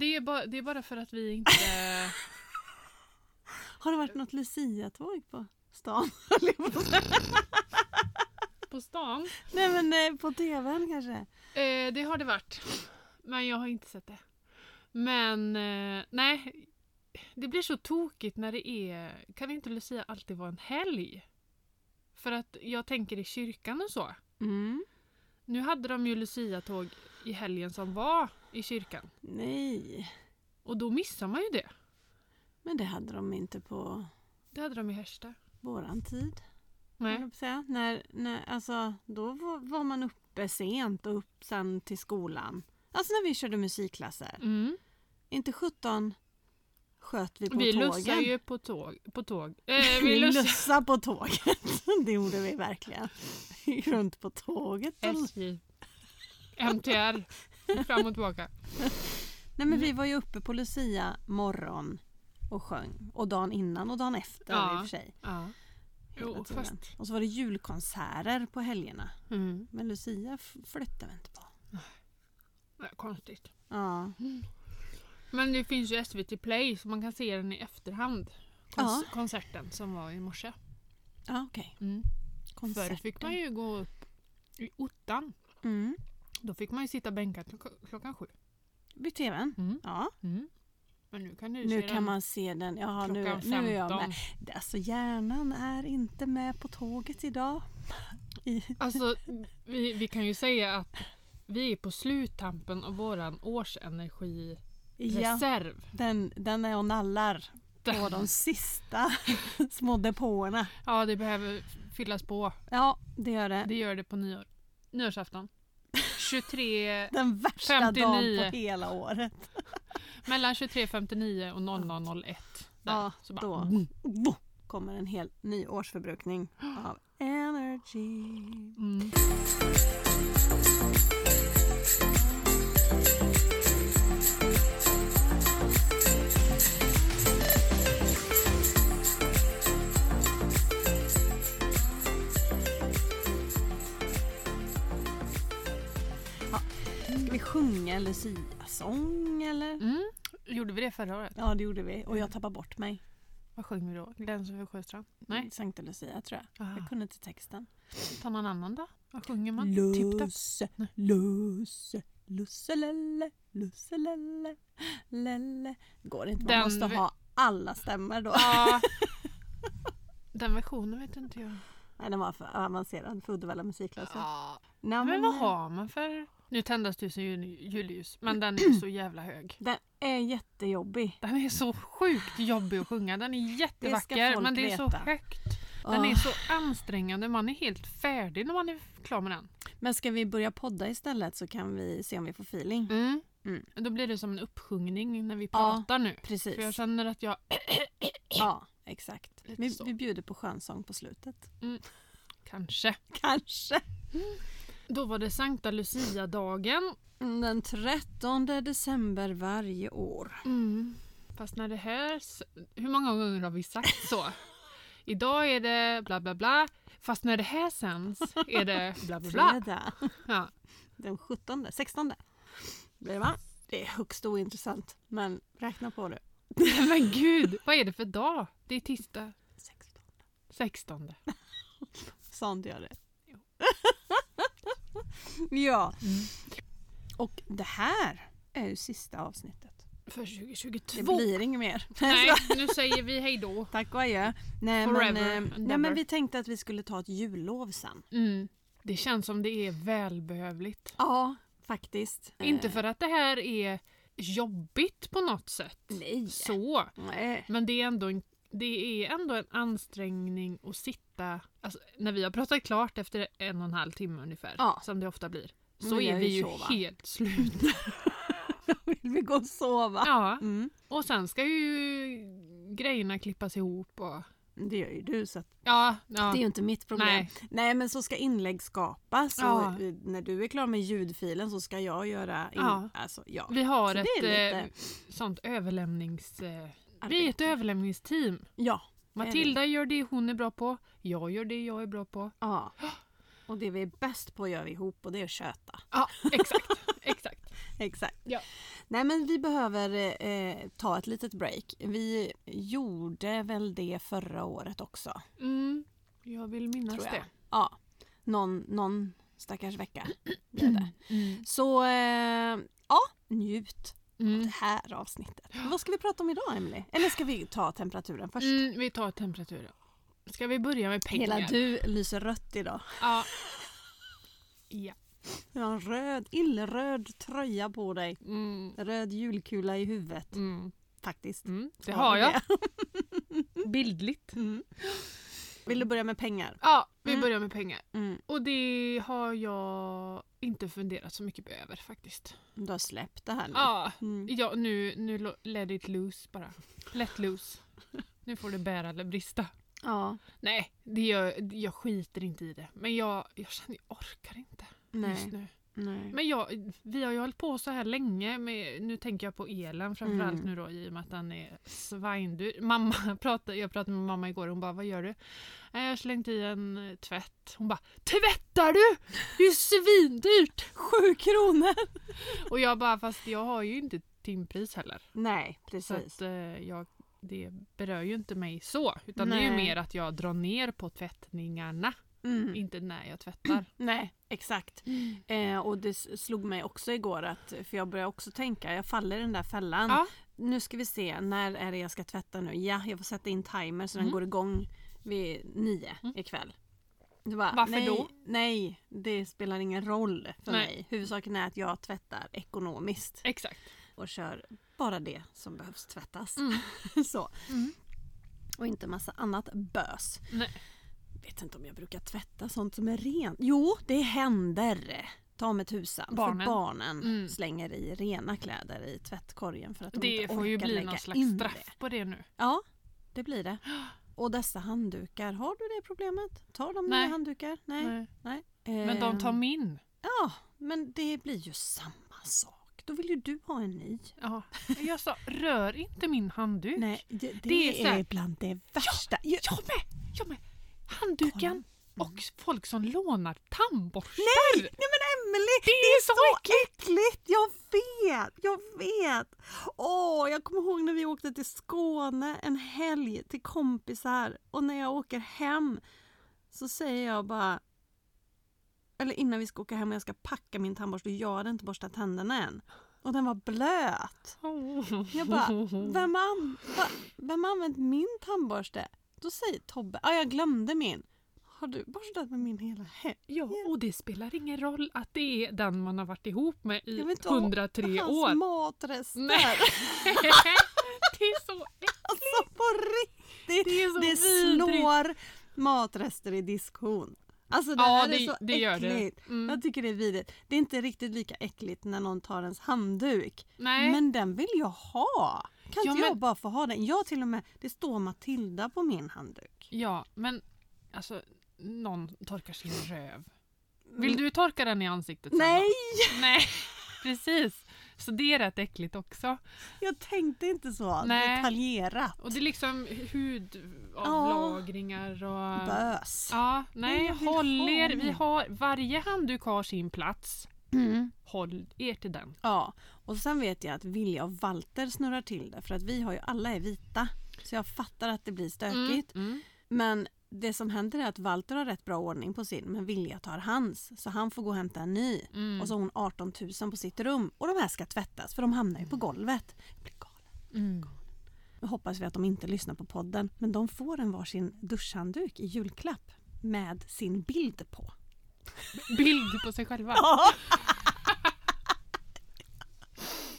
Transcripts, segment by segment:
Det är, bara, det är bara för att vi inte... Har det varit något Lucia-tåg på stan? höll jag på att säga. på stan. Nej men eh, på tvn kanske? Eh, det har det varit. Men jag har inte sett det. Men eh, nej. Det blir så tokigt när det är... Kan inte Lucia alltid vara en helg? För att jag tänker i kyrkan och så. Mm. Nu hade de ju Lucia-tåg i helgen som var i kyrkan. Nej, Och då missar man ju det. men det hade de inte på Det hade de i Härsta. våran tid. höll Nej. jag på att Säga. När, när, alltså, då var, var man uppe sent och upp sen till skolan. Alltså när vi körde musikklasser. Mm. Inte 17 sköt vi på Vi lussar tågen. ju på tåg. På tåg. Eh, vi Vi lussar... lussade på tåget. Det gjorde vi verkligen. Vi gick runt på tåget. Och... SJ. MTR. Fram och tillbaka. Nej men Mm. vi var ju uppe på Lucia morgon och sjöng. Och dagen innan och dagen efter i Ja. och för sig. Ja. hela Jo, tiden. fast... Och så var det julkonserter på helgerna. Mm. Men Lucia f- flyttade vi inte på. Det är konstigt. Ja. Men det finns ju SVT Play så man kan se den i efterhand. Kons- Konserten som var i morse. Ja okej. Mm. Förr Konserter. fick man ju gå upp i ottan. Mm. Då fick man ju sitta bänkad klock- klockan sju. Vid tvn. Mm. Ja. Mm. Men nu kan du Nu se kan den man se den. Jaha, nu, klockan nu är jag 15. med. Alltså hjärnan är inte med på tåget idag. I... Alltså, vi, vi kan ju säga att vi är på sluttampen av våran årsenergireserv. Ja, den, den är och nallar på de sista små depåerna. Ja, det behöver fyllas på. Ja, det gör det. Det gör det på nyår. nyårsafton. 23, Den värsta 59. dagen på hela året. mellan 23.59 och 00.01. Där. Ja, så bara, mm, då boom, kommer en hel ny årsförbrukning av energy. Mm. Ska vi sjunga Lucia-sång eller? Mm. Gjorde vi det förra året? Ja, det gjorde vi. Och jag tappade bort mig. Vad sjöng vi då? Gläns över sjöstrand? Nej. Sankta Lucia tror jag. Jag kunde inte texten. Ta någon annan då? Vad sjunger man? Typ Tipptopp? Lusse, Nej. lusse, lusselelle, lusselelle, lelle. Går inte, man Den måste vi- ha alla stämmer då. Ja. Den versionen vet inte jag. Alltså. Nej, den var för avancerad för Uddevalla musikklassen. Ja. Nej, Men vad har man för... Nu tändas tusen jul- julljus, men den är ju så jävla hög. Den är jättejobbig. Den är så sjukt jobbig att sjunga. Den är Det jättevacker, ska men det är så folk veta. Ah. högt. Den Åh. är så ansträngande. Man är helt färdig när man är klar med den. Men ska vi börja podda istället så kan vi se om vi får feeling. Mm. Mm. Då blir det som en uppsjungning när vi Ja, pratar nu. Precis. För jag känner att jag Ja, exakt. Lite Vi, så. vi bjuder på skönsång på slutet. kanske Kanske. Då var det Sankta Lucia-dagen. Den 13 december varje år. Fast när det här... s- Hur många gånger har vi sagt så? Idag är det bla bla bla. Fast när det här sänds är det bla bla bla. Fredag Ja. den 17, 16 blir det va? Det är högst ointressant, men räkna på det. Men gud, vad är det för dag? Det är tisdag 16. 16. Sånt gör det. ja. Mm. Och det här är ju sista avsnittet. För 2022. Det blir inget mer. Nej, nu säger vi hej då. Tack och adjö. Nej, men, Forever eh, and nej ever. men vi tänkte att vi skulle ta ett jullov sen. Mm. Det känns som det är välbehövligt. Ja, faktiskt. Eh, Inte för att det här är jobbigt på något sätt. Nej. Så. Nej. Men det är ändå en, det är ändå en ansträngning att sitta... Alltså, när vi har pratat klart efter en och en halv timme ungefär, Ja. som det ofta blir, Men så vi är har vi ju ju sova. helt slut. Vill vi gå och sova? ja. Mm. Och sen ska ju grejerna klippas ihop och... Det gör ju du så att Ja, ja. det är ju inte mitt problem. Nej. Nej, men så ska inlägg skapas Ja. och eh, när du är klar med ljudfilen så ska jag göra... In... Ja. Alltså, ja. Vi har Så det ett är lite- eh, sånt överlämnings... Eh, vi är ett Arbete. överlämnningsteam. Ja. det är det. Matilda gör det hon är bra på, jag gör det jag är bra på. ja. Och det vi är bäst på gör vi ihop och det är att köta. Ja, exakt. exakt. Exakt. Ja. Nej men vi behöver eh, ta ett litet break. Vi gjorde väl det förra året också. Mm, jag vill minnas tror jag. det. Ja. Någon, någon stackars vecka blev det. Så eh, ja, njut av Mm. det här avsnittet. Vad ska vi prata om idag Emily? Eller ska vi ta temperaturen först? Mm, vi tar temperaturen. Ska vi börja med pengar? Hela du lyser rött idag. Ja. ja. Du har en röd, illröd tröja på dig. Mm. Röd julkula i huvudet Mm. faktiskt. Mm. Det Ja, har det. jag. Bildligt. Mm. Vill du börja med pengar? Ja, vi Mm. börjar med pengar. Mm. Och det har jag inte funderat så mycket över faktiskt. Du har släppt det här nu. Ja, Mm. ja nu, nu lo- let it loose bara. Let loose. Nu får det bära eller brista. ja. Nej, det gör, jag skiter inte i det. Men jag, jag känner jag orkar inte just Nej. nu. Nej. Men jag, vi har ju hållit på så här länge. Med, nu tänker jag på elen framförallt Mm. nu då i och med att den är svindyr. Mamma pratade, jag pratade med mamma igår och hon bara vad gör du? "Nej, Jag har slängt i en eh, tvätt. Hon bara tvättar du? Det är ju svindyrt! Sju kronor! Och jag bara fast jag har ju inte timpris heller. Nej, Så precis. att, eh, jag, det berör ju inte mig så. Utan det är ju Nej. mer att jag drar ner på tvättningarna. Mm. Inte när jag tvättar. Nej, exakt. Eh, och det s- slog mig också igår att, för jag började också tänka, jag faller i den där fällan. Ja. Nu ska vi se, när är det jag ska tvätta nu? Ja, jag får sätta in timer så den Mm. går igång vid nio ikväll. Det bara, Varför nej, då? Nej, det spelar ingen roll för Nej. mig. Huvudsaken är att jag tvättar ekonomiskt Exakt. och kör bara det som behövs tvättas. Mm. så. Mm. Och inte massa annat bös. Nej. Vet inte om jag brukar tvätta sånt som är rent. Jo, det händer. Ta med tusan. Barnen. För barnen Mm. slänger i rena kläder i tvättkorgen för att de Det inte får ju orkar bli lägga någon slags in straff Det. på det nu. Ja, det blir det. Och dessa handdukar, har du det problemet? Tar de Nej. dina handdukar? Nej. Nej. Men Ehm, de tar min. Ja, men det blir ju samma sak. Då vill ju du ha en ny. Ja. Jag sa rör inte min handduk. Nej, det, det, Det är så är, här- bland det värsta. Ja, Jag med! Jag med! Mm. Handduken och folk som lånar tandborstar. Nej men Emelie! Det är så äckligt! Äckligt! Jag vet! Jag vet! Åh, jag kommer ihåg när vi åkte till Skåne en helg till kompisar och när jag åker hem så säger jag bara eller innan vi ska åka hem och jag ska packa min tandborste och jag hade inte borstat tänderna än. Och den var blöt. Jag bara, Mm. Vem har, an- va, vem har använt min tandborste? Då säger Tobbe, ja jag glömde min. Har du borstat med min hela helgen? Ja, och det spelar ingen roll att det är den man har varit ihop med i Jag vill inte ha 103 Hans år. matrester. Nej. det är så äckligt. Alltså på riktigt! Det är så Det vidrigt. slår matrester i diskhon. Alltså det Ja, här det- är så det gör det. äckligt. Mm. Jag tycker det är vidrigt. Det är inte riktigt lika äckligt när någon tar ens handduk. Nej. Men den vill jag ha! Kan Ja, inte jag men- bara få ha den? Jag till och med, det står Matilda på min handduk. Ja, men alltså någon torkar sin röv. Vill du torka den i ansiktet sen då? Mm. Nej! Nej, precis. Så det är rätt äckligt också. Jag tänkte inte så Nej. detaljerat. Och det är liksom hudavlagringar och... Bös. Ja, Nej, nej, jag vill håll ha er. min. Vi har, varje handduk har sin plats. Mm. Håll er till den. Ja, och sen vet jag att Vilja och Walter snurrar till det för att vi har ju alla är vita. Så jag fattar att det blir stökigt. Mm. Men det som händer är att Walter har rätt bra ordning på sin men Vilja tar hans. Så han får gå och hämta en ny. Mm. Och så har hon 18 000 på sitt rum. Och de här ska tvättas för de hamnar ju på golvet. Jag blir galen. Mm. Nu hoppas vi att de inte lyssnar på podden. Men de får en varsin duschhandduk i julklapp. Med sin bild på. Bild på sig själva. Ja.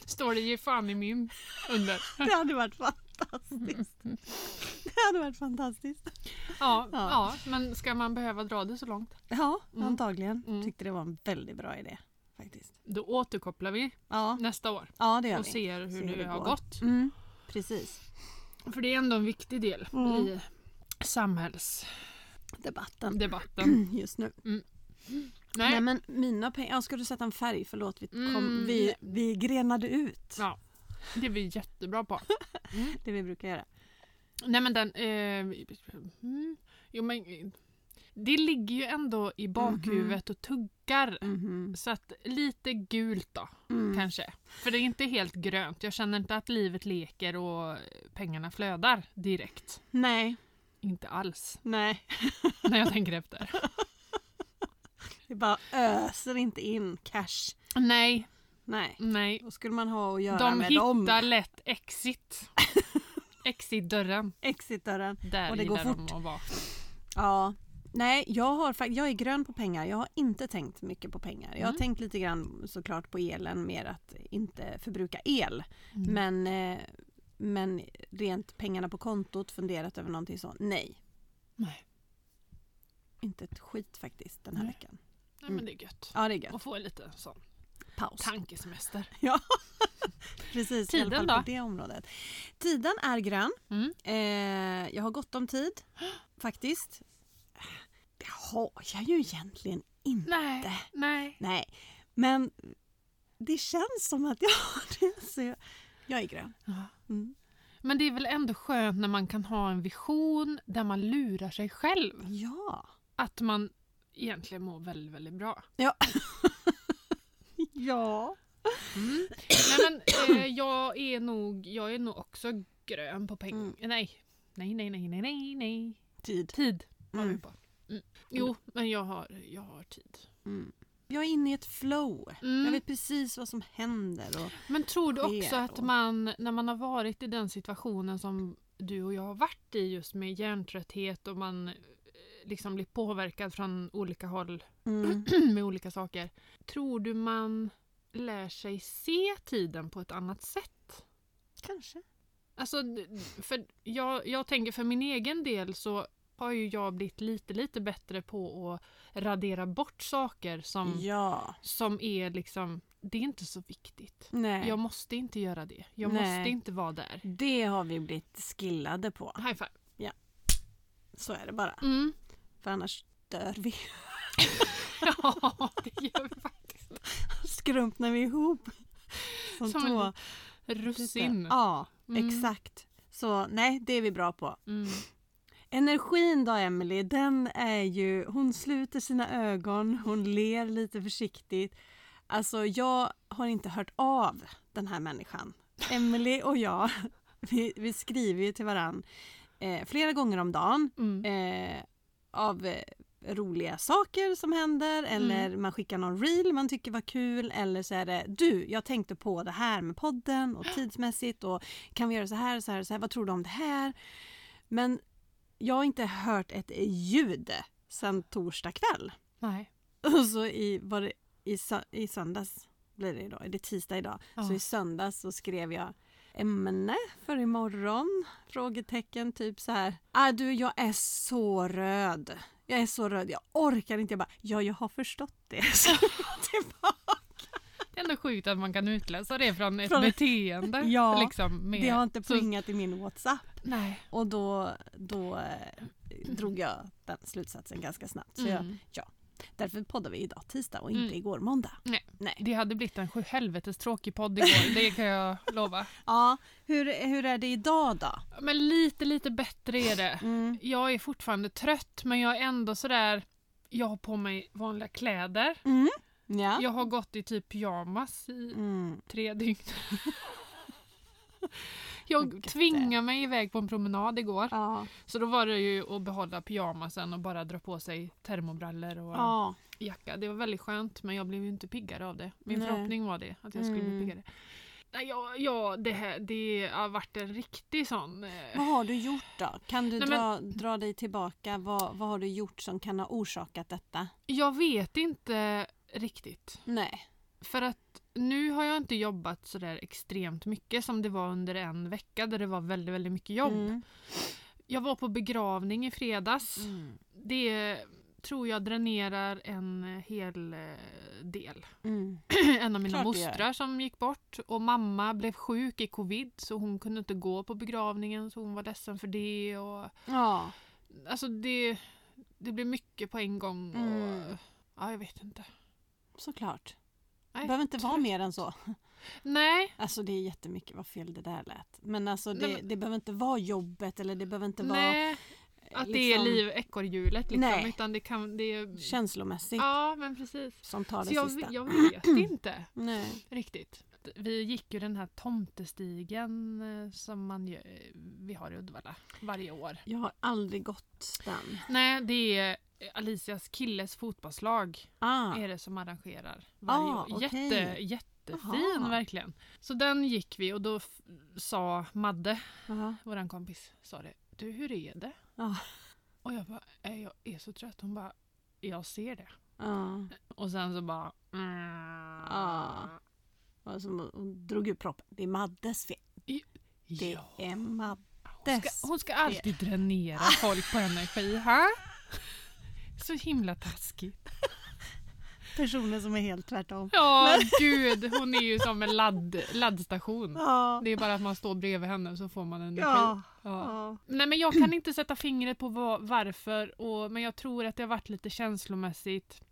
Står det ge fan i min under. Det hade varit fantastiskt. Det hade varit fantastiskt. Ja, Ja. ja, men ska man behöva dra det så långt? Ja, Mm. antagligen. Mm. Tyckte det var en väldigt bra idé. faktiskt. Då återkopplar vi Ja, nästa år ja det gör och vi. ser hur Se hur det, det har går. gått. Mm, precis. För det är ändå en viktig del Mm. i samhällsdebatten. Debatten just nu. Nej. Mm. Nej. men mina pengar. Ja, ska du sätta en färg? Förlåt, vi, kom, Mm. vi, vi grenade ut. Ja. Det är vi jättebra på. Det vi brukar göra. Nej men den... Eh, mm, jo men... eh, det ligger ju ändå i bakhuvudet och tuggar. Mhm. Så att lite gult då, Mm. kanske. För det är inte helt grönt. Jag känner inte att livet leker och pengarna flödar direkt. Nej, Inte alls, nej. när jag tänker efter. Det bara öser inte in cash. Nej, Nej. nej. Vad skulle man ha att göra De med hittar dem? lätt exit. Exitdörren. Exitdörren. Där Och det går gillar fort. de att vara. Ja. Nej, jag, har, fakt- jag är grön på pengar. Jag har inte tänkt mycket på pengar. Jag har Mm. tänkt lite grann såklart på elen, mer att inte förbruka el. Mm. Men, eh, men rent pengarna på kontot, funderat över någonting så. Nej, Nej. inte ett skit faktiskt den här Nej. veckan. nej, men det är gött. Mm. Ja, det är gött. Och få en liten sån Paus. tankesemester. Precis, i Tiden alla fall då? på det området. Tiden är grön. Mm. Eh, jag har gott om tid, faktiskt. Det har jag ju egentligen inte. Nej, nej. Nej, men det känns som att jag har det. Så jag, jag är grön. Ja. Mm. Men det är väl ändå skönt när man kan ha en vision där man lurar sig själv. Ja. Att man egentligen mår väldigt, väldigt bra. Ja. Mm. Nej, men, eh, jag, är nog, jag är nog också grön på pengar. Mm. Nej. nej, nej, nej, nej, nej, nej. Tid. Tid har Mm. vi på. Mm. Jo, men jag har, jag har tid. Mm. Jag är inne i ett flow. Mm. Jag vet precis vad som händer. Och, Men tror du också sker att och- man, när man har varit i den situationen som du och jag har varit i just med hjärntrötthet och man eh, liksom blir påverkad från olika håll mm. med olika saker. Tror du man lär sig se tiden på ett annat sätt? Kanske. Alltså, d- för jag, jag tänker för min egen del så har ju jag blivit lite, lite bättre på att radera bort saker som, Ja. som är liksom, det är inte så viktigt. Nej. Jag måste inte göra det. Jag Nej. måste inte vara där. Det har vi blivit skillade på. High five. Så är det bara. Mm. För annars dör vi. Ja, det gör vi faktiskt. skrumpnar vi ihop. Som, Som en två. Russin. Ja, Mm. exakt. Så nej, det är vi bra på. Mm. Energin då, Emily, den är ju... Hon sluter sina ögon, hon ler lite försiktigt. Alltså, jag har inte hört av den här människan. Emily och jag, vi, vi skriver ju till varann eh, flera gånger om dagen Mm. eh, av eh, roliga saker som händer eller man skickar någon reel man tycker var kul eller så är det du, jag tänkte på det här med podden och tidsmässigt och kan vi göra så här, så här, så här, vad tror du om det här? Men jag har inte hört ett ljud sedan torsdag kväll. Nej. Och så i, var det, i, sö- i söndags blir det idag, det är tisdag idag, så Ja. i söndags så skrev jag ämne för imorgon? Frågetecken, typ så här. Ah, du, jag är så röd. Jag är så röd, jag orkar inte. Jag bara, ja, jag har förstått det. Så tillbaka. Det är ändå sjukt att man kan utläsa det från ett Från- beteende. Ja, liksom, med... det har inte så- plingat i min WhatsApp. Nej. Och då, då eh, drog jag den slutsatsen ganska snabbt. Så jag, Mm. därför poddar vi idag tisdag och inte Mm. igår måndag. Nej. Nej. Det hade blivit en sjuhelvetes tråkig podd igår, det kan jag lova. Ja, hur, hur är det idag då? Men lite, lite bättre är det. Mm. Jag är fortfarande trött men jag är ändå sådär, jag har på mig vanliga kläder. Mm. Ja. Jag har gått i typ pyjamas i Mm. tre dygn. Jag tvingade mig iväg på en promenad igår. Ja. Så då var det ju att behålla pyjamasen och bara dra på sig termobrallor och ja. jacka. Det var väldigt skönt men jag blev ju inte piggare av det. Min Nej. förhoppning var det, att jag skulle bli Mm. piggare. Nej, ja, ja, det, här, det har varit en riktig sån... eh, Vad har du gjort då? Kan du Nej, dra, dra dig tillbaka? Vad, vad har du gjort som kan ha orsakat detta? Jag vet inte riktigt. Nej. För att nu har jag inte jobbat sådär extremt mycket som det var under en vecka där det var väldigt, väldigt mycket jobb. Mm. Jag var på begravning i fredags. Mm. Det tror jag dränerar en hel eh, del. Mm. en av mina Klart det gör. mostrar som gick bort och mamma blev sjuk i covid så hon kunde inte gå på begravningen så hon var ledsen för det. Och, Ja. alltså det, det blev mycket på en gång. Och, Mm. Ja, jag vet inte. Såklart. Det Nej, behöver inte vara trött. mer än så. Nej, Alltså det är jättemycket vad fel det där lät. Men alltså det, Nej, men- det behöver inte vara jobbet eller det behöver inte vara nej. Att det är liv, ekorrhjulet liksom. Nej. Utan det kan, det är... känslomässigt Ja, men precis. som tar Så det jag, sista. jag vet inte Nej. riktigt. Vi gick ju den här tomtestigen eh, som man ju, eh, vi har i Uddevalla varje år. Jag har aldrig gått den. Nej, det är Alicias killes fotbollslag Ah. är det som arrangerar varje Ah, år. okej. Jätte, jättefin Jaha. verkligen. Så den gick vi och då f- sa Madde, Jaha. våran kompis, sa det. Du, hur är det? Ja. Och jag bara, "Eh, jag är så trött. Hon bara, jag ser det. Ja. Och sen så bara... "Mm, Ah. Och som hon drog ur proppen. Det är Maddes fel. Det Ja. är Maddes. Hon, ska, hon ska alltid dränera folk på energi. Ha? Så himla taskigt. Personen som är helt tvärtom. Ja, gud. Hon är ju som en ladd, laddstation. Ja. Det är bara att man står bredvid henne så får man energi. Ja. Ja. ja. Nej, men jag kan inte sätta fingret på vad, varför, och, men jag tror att det har varit lite känslomässigt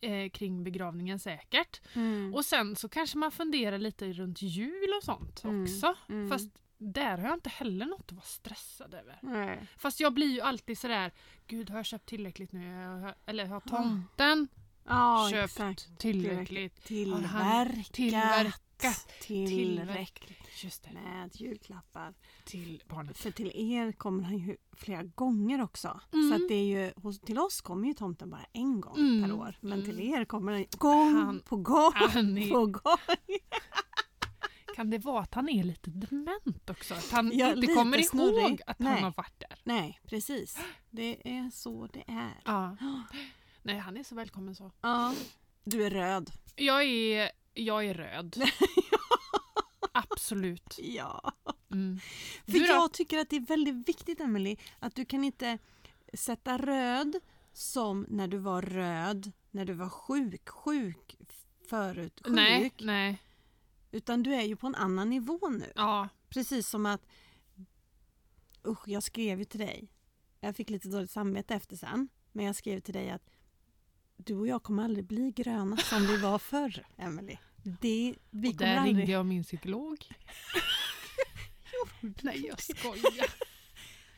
eh, kring begravningen säkert. Mm. Och sen så kanske man funderar lite runt jul och sånt Mm, också. mm. Fast där har jag inte heller något att vara stressad över. Nej. Fast jag blir ju alltid sådär, gud har jag köpt tillräckligt nu? Har- Eller Ah. har tomten Ja, köpt exakt. tillräckligt? Har han Tillverkat. tillverkat Tillräckligt Just det, med julklappar. till barnet. För till er kommer han ju flera gånger också. Mm. Så att det är ju, hos- till oss kommer ju tomten bara en gång Mm. per år. Men Mm. till er kommer han ju gång Han- på gång Annie, på gång. kan det vara att han är lite dement också? Att han Ja, inte lite kommer ihåg snurrig. att han Nej. har varit där? Nej, precis. Det är så det är. Ja. Nej, han är så välkommen så. Ja. Du är röd. Jag är, jag är röd. Absolut. Ja. Mm. För Du då? jag tycker att det är väldigt viktigt, Emily, att du kan inte sätta röd som när du var röd, när du var sjuk, sjuk förut, sjuk. Nej, nej. Utan du är ju på en annan nivå nu. Ja, Precis som att... Usch, jag skrev ju till dig. Jag fick lite dåligt samvete efter sen. Men jag skrev till dig att du och jag kommer aldrig bli gröna som vi var förr, Emily. Det, vi och kommer där ringde aldrig... jag min psykolog. Nej, jag skojar.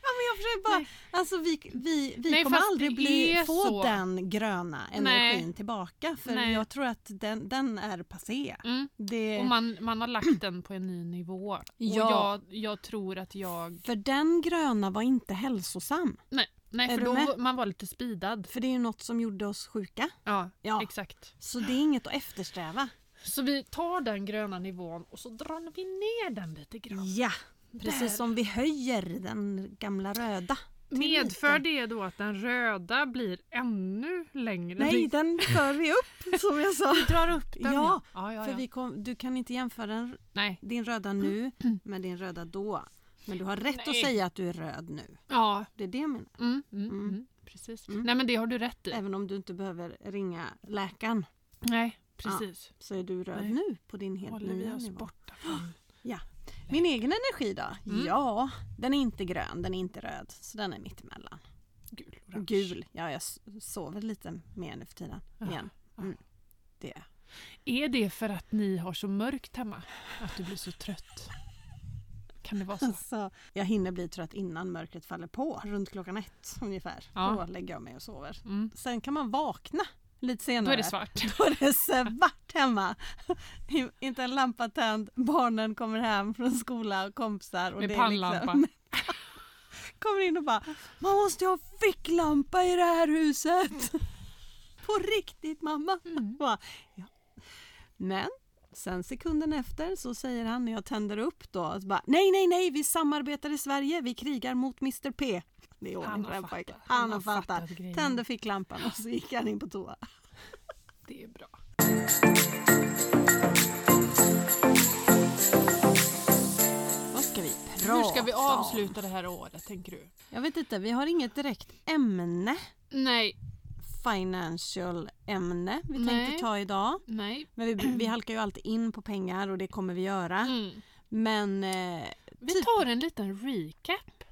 Ja, men jag försöker bara... Nej. Alltså, vi vi, vi Nej, kommer fast det aldrig bli, är få så. den gröna energin tillbaka. För Nej. jag tror att den, den är passé. Mm. Det, Och man, man har lagt den på en ny nivå. Och Ja. jag, jag tror att jag... För den gröna var inte hälsosam. Nej, nej för Är du då med? var- man var lite speedad. För det är ju något som gjorde oss sjuka. Ja, Ja. exakt. Så det är inget att eftersträva. Så vi tar den gröna nivån och så drar vi ner den lite grann. Ja, precis Där. som vi höjer den gamla röda. till Medför lite. det då att den röda blir ännu längre? Nej, Vi- den för vi upp som jag sa. Vi drar upp den, Ja, ja, ja, för ja. vi kom, du kan inte jämföra den, Nej. din röda nu med din röda då. Men du har rätt att Mm. Nej. säga att du är röd nu. Ja, Det är det jag menar. mm, mm, mm. Mm. precis. Mm. Nej men det har du rätt i. Även om du inte behöver ringa läkaren Nej, precis. så är du röd Nej. nu på din helt Håller vi nya oss nivå. borta från... Min egen energi då? Mm. Ja, den är inte grön, den är inte röd. Så den är mittemellan. Gul, orange. Gul. Ja, jag s- sover lite mer nu för tiden. Ja. Igen. Mm. Det är Är det för att ni har så mörkt hemma? Att du blir så trött? Kan det vara så? Alltså, jag hinner bli trött innan mörkret faller på, runt klockan ett ungefär. Ja. Då lägger jag mig och sover. Mm. Sen kan man vakna lite senare. Då är det svart. Då är det svart hemma. I- Inte en lampa tänd, barnen kommer hem från skola och kompisar. Och Med det är pannlampa. Liksom, kommer in och bara Man måste ju ha ficklampa i det här huset! På riktigt mamma! Mm. Bara, ja. Men sen sekunden efter så säger han när jag tänder upp då så bara, Nej, nej, nej, vi samarbetar i Sverige, vi krigar mot Mr P. Det är ordning på den pojken. Han har fattat. grejen. Tände ficklampan och så gick han in på toa. Det är bra. Vad ska vi prata Hur ska vi om? avsluta det här året tänker du? Jag vet inte, vi har inget direkt ämne, Nej, financial ämne, vi Nej. tänkte ta idag. nej. Men vi, vi halkar ju alltid in på pengar och det kommer vi göra. Mm. Men eh, Vi Typ- tar en liten recap.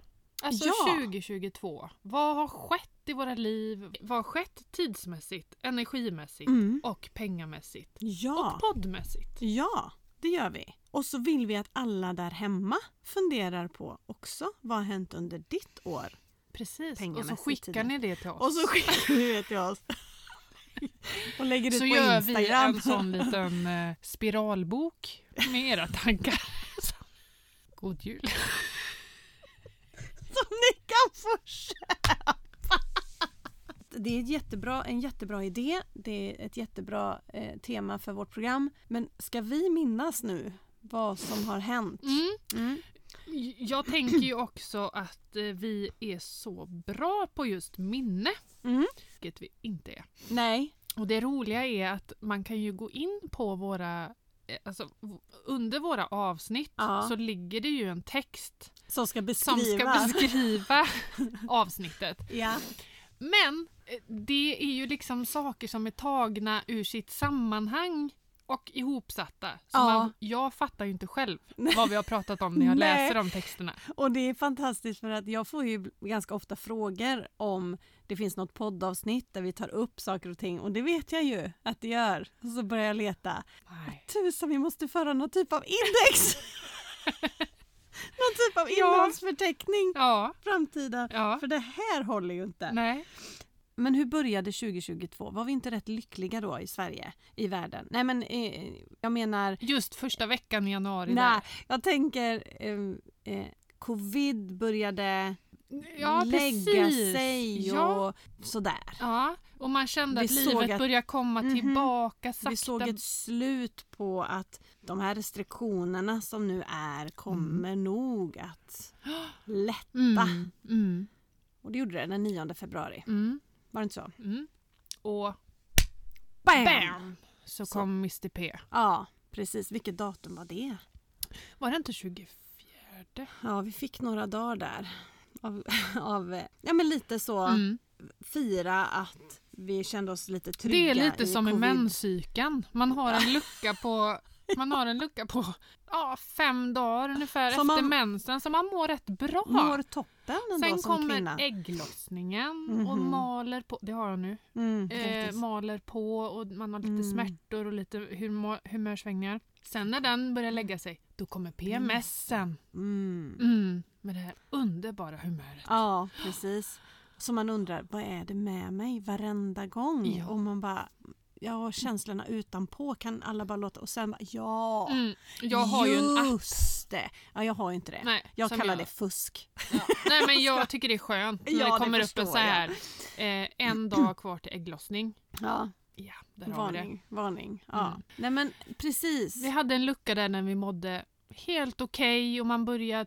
Alltså Ja. 2022. Vad har skett i våra liv? Vad har skett tidsmässigt, energimässigt mm, och pengamässigt? ja. Och poddmässigt. Ja, det gör vi. Och så vill vi att alla där hemma funderar på också vad har hänt under ditt år? Precis, och så Pengamässigt skickar ni det till oss. Och så skickar vi det till oss. Och lägger ut så på gör vi Instagram. en sån liten eh, spiralbok med era tankar. Så. God jul! Som ni kan få köpa! Det är ett jättebra, en jättebra idé. Det är ett jättebra eh, tema för vårt program. Men ska vi minnas nu vad som har hänt? Mm. Mm. Jag tänker ju också att eh, vi är så bra på just minne, Mm. vilket vi inte är. Nej. Och det roliga är att man kan ju gå in på våra eh, Alltså, v- under våra avsnitt Ja. så ligger det ju en text Som ska beskriva. som ska beskriva avsnittet. ja. Men eh, det är ju liksom saker som är tagna ur sitt sammanhang och ihopsatta. Så Ja. man, jag fattar ju inte själv vad vi har pratat om när jag Nej. läser de texterna. Och det är fantastiskt för att jag får ju ganska ofta frågor om det finns något poddavsnitt där vi tar upp saker och ting och det vet jag ju att det gör. Och så börjar jag leta. Nej. Tusan, vi måste föra någon typ av index! någon typ Ja. av innehållsförteckning Ja, framtida. ja. För det här håller ju inte. Nej. Men hur började 2022? Var vi inte rätt lyckliga då i Sverige? I världen? Nej men eh, jag menar Just första veckan i januari. Nej, där. jag tänker eh, eh, covid började Ja, lägga precis. sig och Ja. sådär. Ja, och man kände Vi att såg livet att- börjar komma Mhm. tillbaka sakta. Vi såg ett slut på att de här restriktionerna som nu är kommer nog att lätt. mm, mm, Och det gjorde det den 9 februari. mm, Var det inte så? mm. Och Bam! bam! Så, Så. kom Mr P. Ja, precis. Vilket datum var det? Var det inte 24? Ja, vi fick några dagar där. Av, av eh, ja, men lite så Mm. fira att vi kände oss lite trygga Det är lite i som i covid. menscykeln. Man har en lucka på, man har en lucka på ja, fem dagar ungefär Som efter man- mensen så man mår rätt bra. Mår toppen ändå Sen som kommer kvinna. ägglossningen och Mhm. maler på, det har jag nu, Mm, eh, grattis. maler på och man har lite Mm. smärtor och lite humör, humörsvängningar. Sen när den börjar lägga sig, då kommer PMSen. mm. Mm, med det här underbara humöret. Ja, precis. Så man undrar, vad är det med mig varenda gång? Ja. Och man bara, ja och känslorna utanpå kan alla bara låta och sen bara, ja. Mm, jag har ju en app. Just det! Ja, jag har ju inte det. Nej, jag som kallar det fusk. Ja. Nej men jag tycker det är skönt när Ja, det det kommer upp en förstår så här eh, en dag kvar till ägglossning. Ja, Ja, där har vi det. varning, varning. Ja. Mm. Nej men precis. Vi hade en lucka där när vi mådde helt okej och man började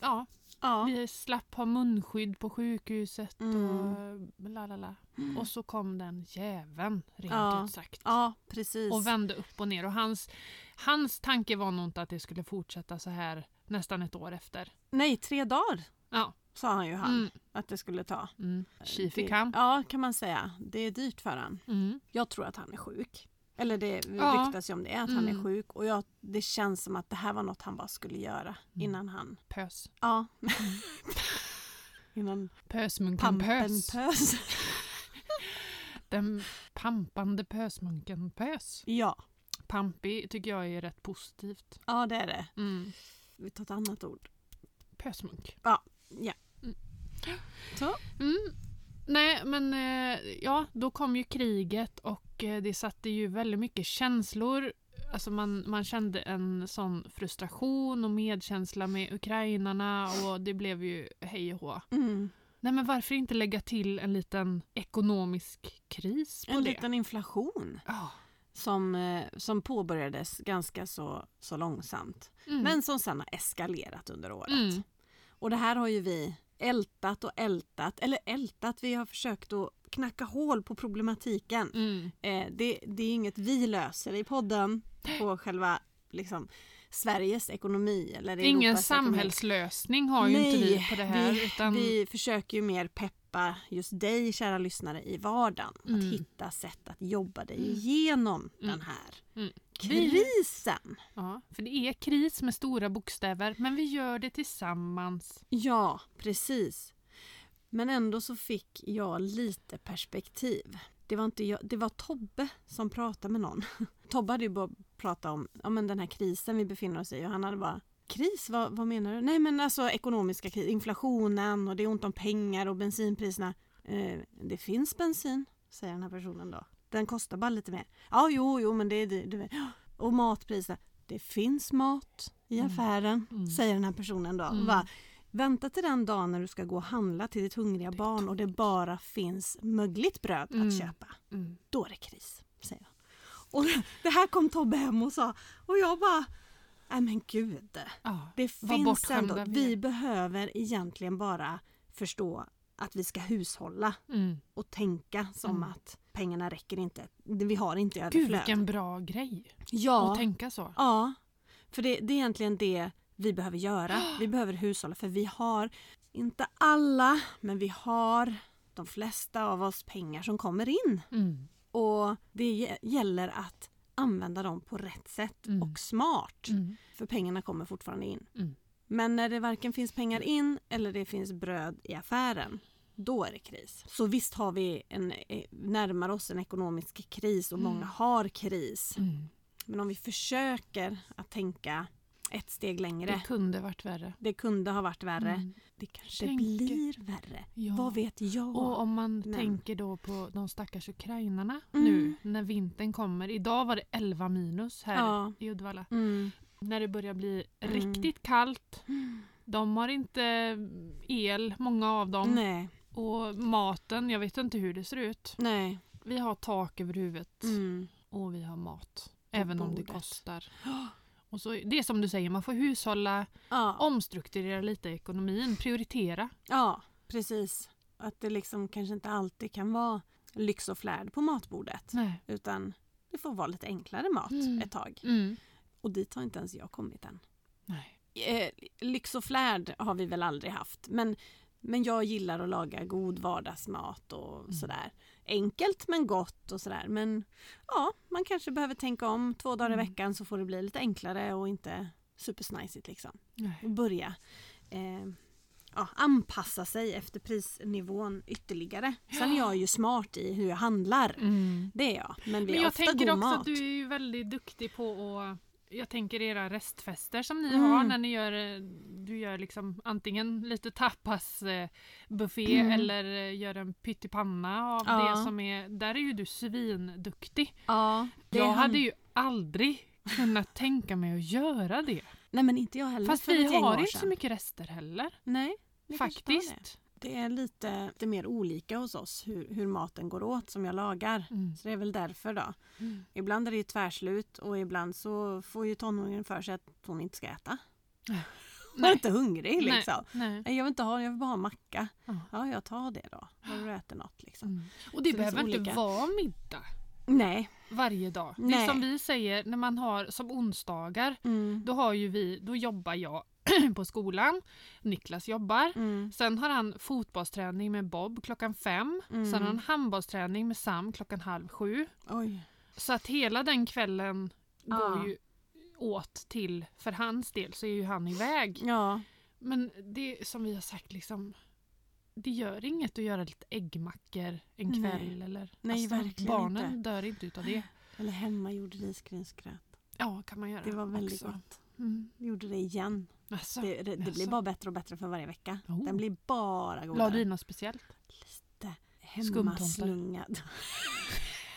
Ja, Ja. vi slapp ha munskydd på sjukhuset Mm. och la la la. Och så kom den jäveln, rent Ja. ut sagt. ja, precis. Och vände upp och ner. Och hans, hans tanke var nog inte att det skulle fortsätta så här nästan ett år efter. Nej, tre dagar Ja. sa han ju han Mm, att det skulle ta. mm. Tji fick Det- han. Ja, kan man säga. Det är dyrt för han. Mm. Jag tror att han är sjuk. Eller det Ja. ryktas ju om det, att han Mm. är sjuk. Och jag, det känns som att det här var något han bara skulle Mm. göra innan han... Pös. Ja. innan Pösmunken pampen Pös. pös. Den pampande pösmunken Pös. Ja. Pampi tycker jag är rätt positivt. ja, det är det. Mm. Vi tar ett annat ord. Pösmunk. Ja. Mm. Så. Mm. Nej men eh, ja, då kom ju kriget och eh, det satte ju väldigt mycket känslor. Alltså man, man kände en sån frustration och medkänsla med ukrainarna och det blev ju hej och hå. Mm. Nej men varför inte lägga till en liten ekonomisk kris på En det? liten inflation Ja. som, eh, som påbörjades ganska så, så långsamt. Mm. Men som sen har eskalerat under året. Mm. Och det här har ju vi ältat och ältat, eller ältat, vi har försökt att knacka hål på problematiken. Mm. Eh, det, det är inget vi löser i podden på själva liksom, Sveriges ekonomi. Eller Europas Ingen ekonomi. samhällslösning har ju inte vi på det här. vi, utan, vi försöker ju mer peppa just dig kära lyssnare i vardagen. Mm. Att hitta sätt att jobba dig igenom den här Mm. Vi- krisen. ja, för det är kris med stora bokstäver, men vi gör det tillsammans. Ja, precis. Men ändå så fick jag lite perspektiv. Det var, inte jag, det var Tobbe som pratade med någon. Tobbe hade ju bara pratat om ja, men den här krisen vi befinner oss i och han hade bara Kris, vad, vad menar du? Nej men alltså ekonomiska kris, inflationen och det är ont om pengar och bensinpriserna. Eh, det finns bensin, säger den här personen då. Den kostar bara lite mer. Ja, jo, jo, men det är dyrt. du vet. Och matpriserna. Det finns mat i Mm. affären, Mm. säger den här personen då. Mm. Va? Vänta till den dagen när du ska gå och handla till ditt hungriga är barn och det bara finns mögligt bröd Mm. att köpa Mm. då är det kris, säger jag. Och det här kom Tobbe hem och sa och jag bara, nej men gud. Ja. Det Vad finns bortskämda ändå, vi vi behöver egentligen bara förstå att vi ska hushålla Mm. och tänka som Mm. att pengarna räcker inte, vi har inte i Gud överflöd. vilken bra grej att ja, tänka så. ja, för det, det är egentligen det vi behöver göra. Vi behöver hushålla för vi har, inte alla, men vi har de flesta av oss pengar som kommer in. Mm. Och det gä- gäller att använda dem på rätt sätt Mm. och smart. Mm. För pengarna kommer fortfarande in. Mm. Men när det varken finns pengar in eller det finns bröd i affären, då är det kris. Så visst har vi en, eh, närmar oss en ekonomisk kris och Mm. många har kris. Mm. Men om vi försöker att tänka ett steg längre, Det det, kunde varit värre. kunde ha varit värre, Mm. det kanske Tänk- blir värre. Ja. Vad vet jag? Och om man Men- tänker då på de stackars ukrainarna Mm. nu när vintern kommer. Idag var det 11 minus här Ja. i Uddevalla. Mm. När det börjar bli Mm. riktigt kallt. De har inte el, många av dem. Mm. Nej, Och maten, jag vet inte hur det ser ut. nej. Vi har tak över huvudet Mm. och vi har mat. Även om det bordet. kostar. Och så, det är som du säger, man får hushålla, Ja. omstrukturera lite ekonomin, prioritera. Ja, precis. Att det liksom kanske inte alltid kan vara lyx och flärd på matbordet. Nej. Utan det får vara lite enklare mat Mm. ett tag. Mm. Och dit har inte ens jag kommit än. Nej. Eh, lyx och flärd har vi väl aldrig haft. Men, men jag gillar att laga god vardagsmat och Mm. sådär. Enkelt men gott och sådär. Men ja, man kanske behöver tänka om. Två dagar i Mm. veckan så får det bli lite enklare och inte supersnajsigt liksom Nej. och börja eh, ja, anpassa sig efter prisnivån ytterligare. Sen är jag ju smart i hur jag handlar. Mm. Det är jag. Men vi Men har jag ofta tänker god också mat. att du är ju väldigt duktig på att jag tänker era restfester som ni Mm. har när ni gör, eh, du gör liksom antingen lite tapasbuffé Mm. eller eh, gör en pyttipanna av Ja. det som är, där är ju du svinduktig. Ja, det jag är han- hade ju aldrig kunnat tänka mig att göra det. Nej men inte jag heller. Fast för vi ett gäng har år inte så sedan. mycket rester heller. Nej, vi kanske har Det. faktiskt. det är lite, lite mer olika hos oss hur, hur maten går åt som jag lagar. Mm. Så det är väl därför då. Mm. Ibland är det ju tvärslut och ibland så får ju tonåringen för sig att hon inte ska äta. Hon är Nej. inte hungrig liksom. Nej. Nej, jag vill inte ha det, jag vill bara ha macka. Ja. Ja, jag tar det då. Har du ätit något liksom? Mm. Och det Så det är så behöver inte olika. vara middag Nej. varje dag. Det är Nej. som vi säger när man har som onsdagar Mm. Då har ju vi, då jobbar jag på skolan, Niklas jobbar. Mm. Sen har han fotbollsträning med Bob klockan fem. Mm. Sen har han handbollsträning med Sam klockan halv sju. Oj. Så att hela den kvällen Ah. går ju åt till, för hans del så är ju han iväg. Ja. Men det som vi har sagt liksom, det gör inget att göra lite äggmackor en Nej. kväll. Eller, alltså, Nej, verkligen Barnen inte. dör inte utav det. Eller hemmagjord risgrynsgröt. Ja, kan man göra. Det var väldigt också. gott. Mm. Gjorde det igen. Alltså, Det, det, det jaså. blir bara bättre och bättre för varje vecka. Oh. Den blir bara la du i godare. något speciellt? Lite Skumtomtar. hemmaslungad.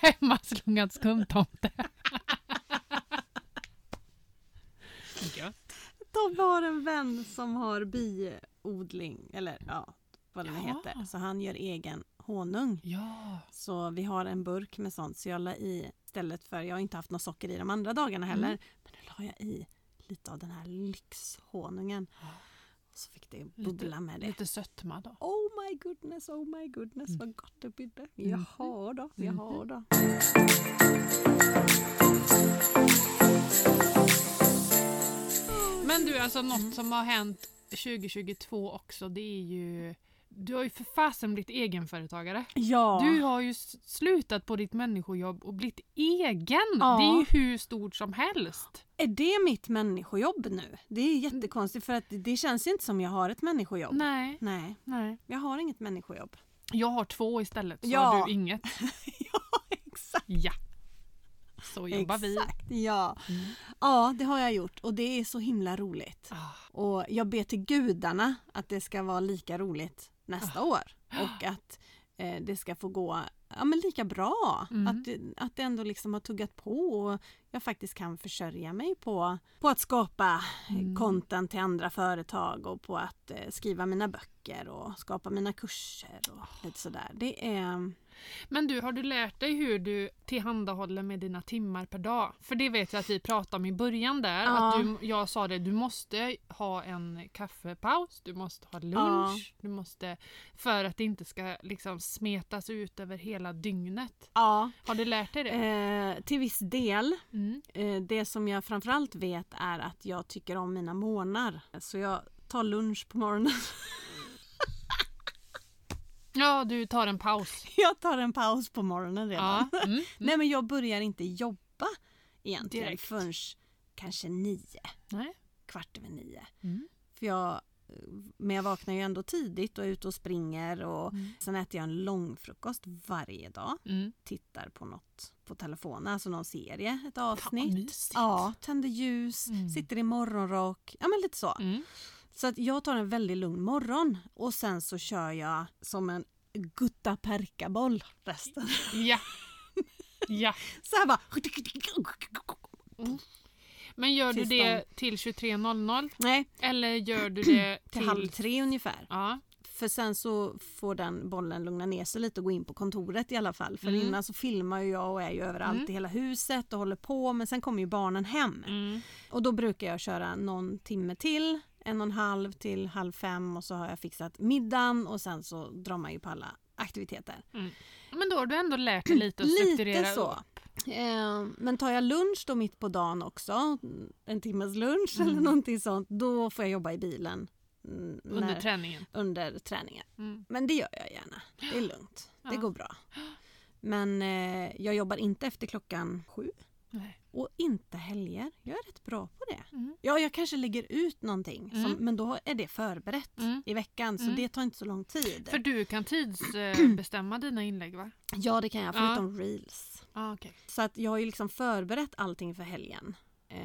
Hemmaslungad skumtomte. Gött. Tobbe har en vän som har biodling, eller ja, vad det nu Jaha. heter. Så han gör egen honung. Ja. Så vi har en burk med sånt. Så jag la i, istället för, jag har inte haft något socker i de andra dagarna heller, Mm. men nu la jag i lite av den här lyxhonungen. Ja. Så fick det bubbla med det. Lite sötma då. Oh my goodness, oh my goodness Mm. vad gott det bidde. Mhm. Jaha då, jaha då. Men du, alltså något som har hänt 2022 också det är ju... Du har ju för fasen blivit egenföretagare. Ja, Du har ju s- slutat på ditt människojobb och blivit egen. Ja. Det är ju hur stort som helst. är det mitt människojobb nu? Det är jättekonstigt för att det- det känns inte som jag har ett människojobb. Nej, Nej, nej. jag har inget människojobb. Jag har två istället så Ja. har du inget. ja, exakt. Ja. Så jobbar vi. Exakt, ja. Mm. Ja, det har jag gjort och det är så himla roligt. Ah, Och jag ber till gudarna att det ska vara lika Ah. roligt nästa år. Och att eh, det ska få gå ja, men lika bra. Mm. Att, det- att det ändå liksom har tuggat på och jag faktiskt kan försörja mig på, på att skapa Mm. content till andra företag och på att eh, skriva mina böcker och skapa mina kurser Ah. och lite sådär. Det är... Men du, har du lärt dig hur du tillhandahåller med dina timmar per dag? För det vet jag att vi pratade om i början där. Ja. Att du, jag sa det, du måste ha en kaffepaus, du måste ha lunch, du måste... För att det inte ska liksom smetas ut över hela dygnet. Ja, Har du lärt dig det? eh, till viss del. Mm. Eh, Det som jag framförallt vet är att jag tycker om mina morgnar. Så jag tar lunch på morgonen. Ja, du tar en paus. Jag tar en paus på morgonen redan. Ja. Mm. Nej men jag börjar inte jobba egentligen Direkt. förrän kanske nio, Nej. kvart över nio. Mm. För jag, men jag vaknar ju ändå tidigt och är ute och springer. Och Mm. Sen äter jag en långfrukost varje dag. Mm. Tittar på något på telefonen, alltså någon serie, ett Fan, vad avsnitt. mysigt. Ja, tänder ljus, Mm. sitter i morgonrock. Ja men lite så. Mm. Så att jag tar en väldigt lugn morgon och sen så kör jag som en gutta perkaboll resten. Ja. Ja. Så här bara. Men gör du Tills det till 23.00 Nej, eller gör du det till halv tre ungefär. Ja. För sen så får den bollen lugna ner sig lite och gå in på kontoret i alla fall. För Mm. innan så filmar ju jag och är ju överallt Mm. i hela huset och håller på men sen kommer ju barnen hem. Mm. Och då brukar jag köra någon timme till, en och en halv till halv fem och så har jag fixat middagen och sen så drar man ju på alla aktiviteter. Mm. Men då har du ändå lärt dig lite att strukturera Lite så. upp. Eh, men tar jag lunch då mitt på dagen också, en timmes lunch Mm. eller någonting sånt, då får jag jobba i bilen mm, under när, träningen. under träningen. Mm. Men det gör jag gärna. Det är lugnt. Det Ja. går bra. Men eh, jag jobbar inte efter klockan sju Nej. och inte helger. Jag är rätt bra på det. Mm. Ja, jag kanske lägger ut någonting, som, Mm. men då är det förberett Mm. i veckan så Mm. det tar inte så lång tid. För du kan tidsbestämma dina inlägg va? Ja, det kan jag, Ja. förutom reels. Ah, okay. Så att jag har ju liksom förberett allting för helgen. Eh,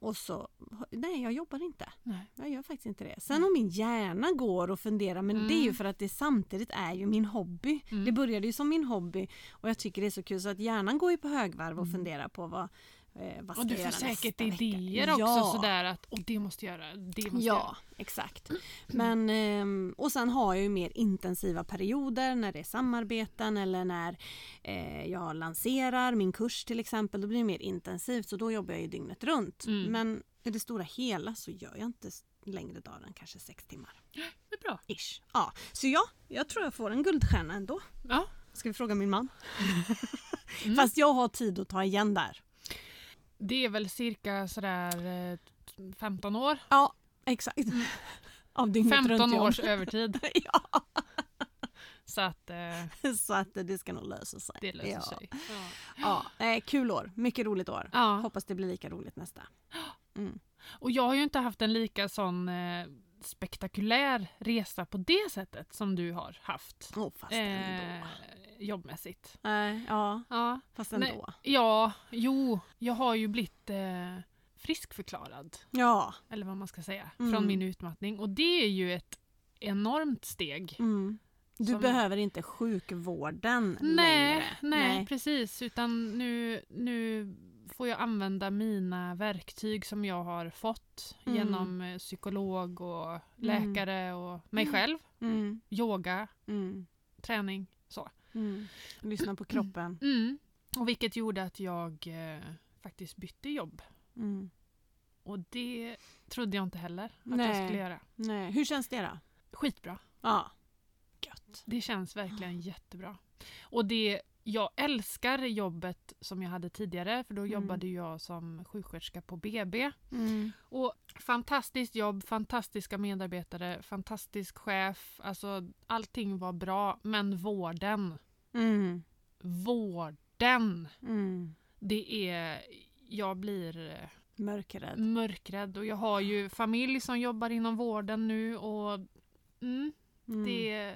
och så, nej jag jobbar inte. Nej. Jag gör faktiskt inte det. Sen om min hjärna går och funderar, men det är ju Mm. för att det samtidigt är ju min hobby. Mm. Det började ju som min hobby och jag tycker det är så kul så att hjärnan går ju på högvarv och Mm. funderar på vad, eh, vad ska Och du får jag göra nästa säkert vecka? idéer ja. också sådär att och det måste jag göra, det måste jag Ja, exakt. Mm. Men, ehm, och sen har jag ju mer intensiva perioder när det är samarbeten eller när eh, jag lanserar min kurs till exempel. Då blir det mer intensivt så då jobbar jag ju dygnet runt. Mm. Men i det stora hela så gör jag inte s- längre dagar än kanske sex timmar. göra. Det är bra. Ish. Ja, så ja, jag tror jag får en guldstjärna ändå. Ja. Ska vi fråga min man? Mm. Fast jag har tid att ta igen där. Det är väl cirka sådär eh, 15 år? Ja, exakt. Av dygnet 15 runt jobb. års övertid. ja, Så att eh, så att det ska nog lösa sig. det löser ja. sig. Ja. Ja, eh, kul år. Mycket roligt år. Ja. Hoppas det blir lika roligt nästa. Mm. Och jag har ju inte haft en lika sån eh, spektakulär resa på det sättet som du har haft. Oh, fast ändå. Eh, jobbmässigt. Nej, ja, Ja. fast Nej. ändå. ja, jo, jag har ju blivit eh, friskförklarad, Ja. eller vad man ska säga, Mm. från min utmattning. Och det är ju ett enormt steg. Mm. Du Som- behöver inte sjukvården Nej, längre. nej, precis. Utan nu, nu får jag använda mina verktyg som jag har fått Mm. genom eh, psykolog och läkare och mig själv. Mm. Yoga, Mm. träning, så. Mm. Lyssna på kroppen. Mm. Och vilket gjorde att jag eh, faktiskt bytte jobb. Mm. Och det trodde jag inte heller att Nej. jag skulle göra. Nej. Hur känns det då? Skitbra. Ja. Gött. Det känns Ah. verkligen jättebra. Och det, jag älskar jobbet som jag hade tidigare för då Mm. jobbade jag som sjuksköterska på BB. Mm. Och fantastiskt jobb, fantastiska medarbetare, fantastisk chef. Alltså allting var bra men vården, Mm. vården! Mm. Det är, jag blir eh, Mörkrädd. mörkrädd och jag har ju familj som jobbar inom vården nu och mm, Mm. det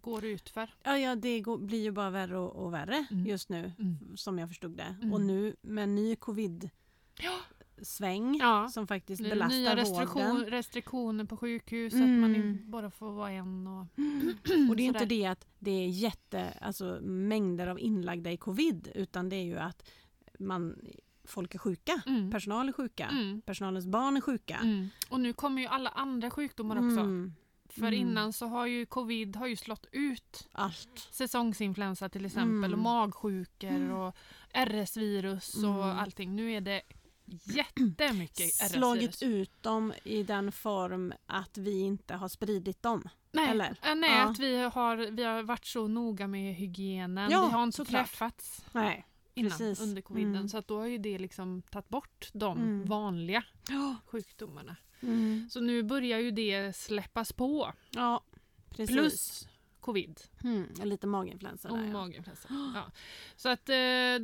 går utför. Ja, ja det går, blir ju bara värre och, och värre Mm. just nu, Mm. som jag förstod det. Mm. Och nu med ny covid-sväng Ja. Ja. som faktiskt Nu är det belastar nya restriktion, vården. restriktioner på sjukhus, att Mm. man in- bara får vara en och... Och det är sådär. inte det att det är jätte, alltså, mängder av inlagda i covid, utan det är ju att man, folk är sjuka. Mm. Personal är sjuka. Mm. Personalens barn är sjuka. Mm. Och nu kommer ju alla andra sjukdomar också. Mm. För Mm. innan så har ju covid har ju slått ut Allt. säsongsinfluensa till exempel Mm. och magsjukor och RS-virus och Mm. allting. Nu är det jättemycket Slagit RS-virus. ut dem i den form att vi inte har spridit dem. Nej, eller? äh, nej Ja. att vi har, vi har varit så noga med hygienen. Ja, vi har inte såklart. träffats Nej. innan Precis. under coviden. Mm. Så att då har ju det liksom tagit bort de Mm. vanliga sjukdomarna. Mm. Så nu börjar ju det släppas på. Ja, precis. Plus covid. Mm, lite maginfluensa Och där ja. maginfluensa. Ja. Så att eh,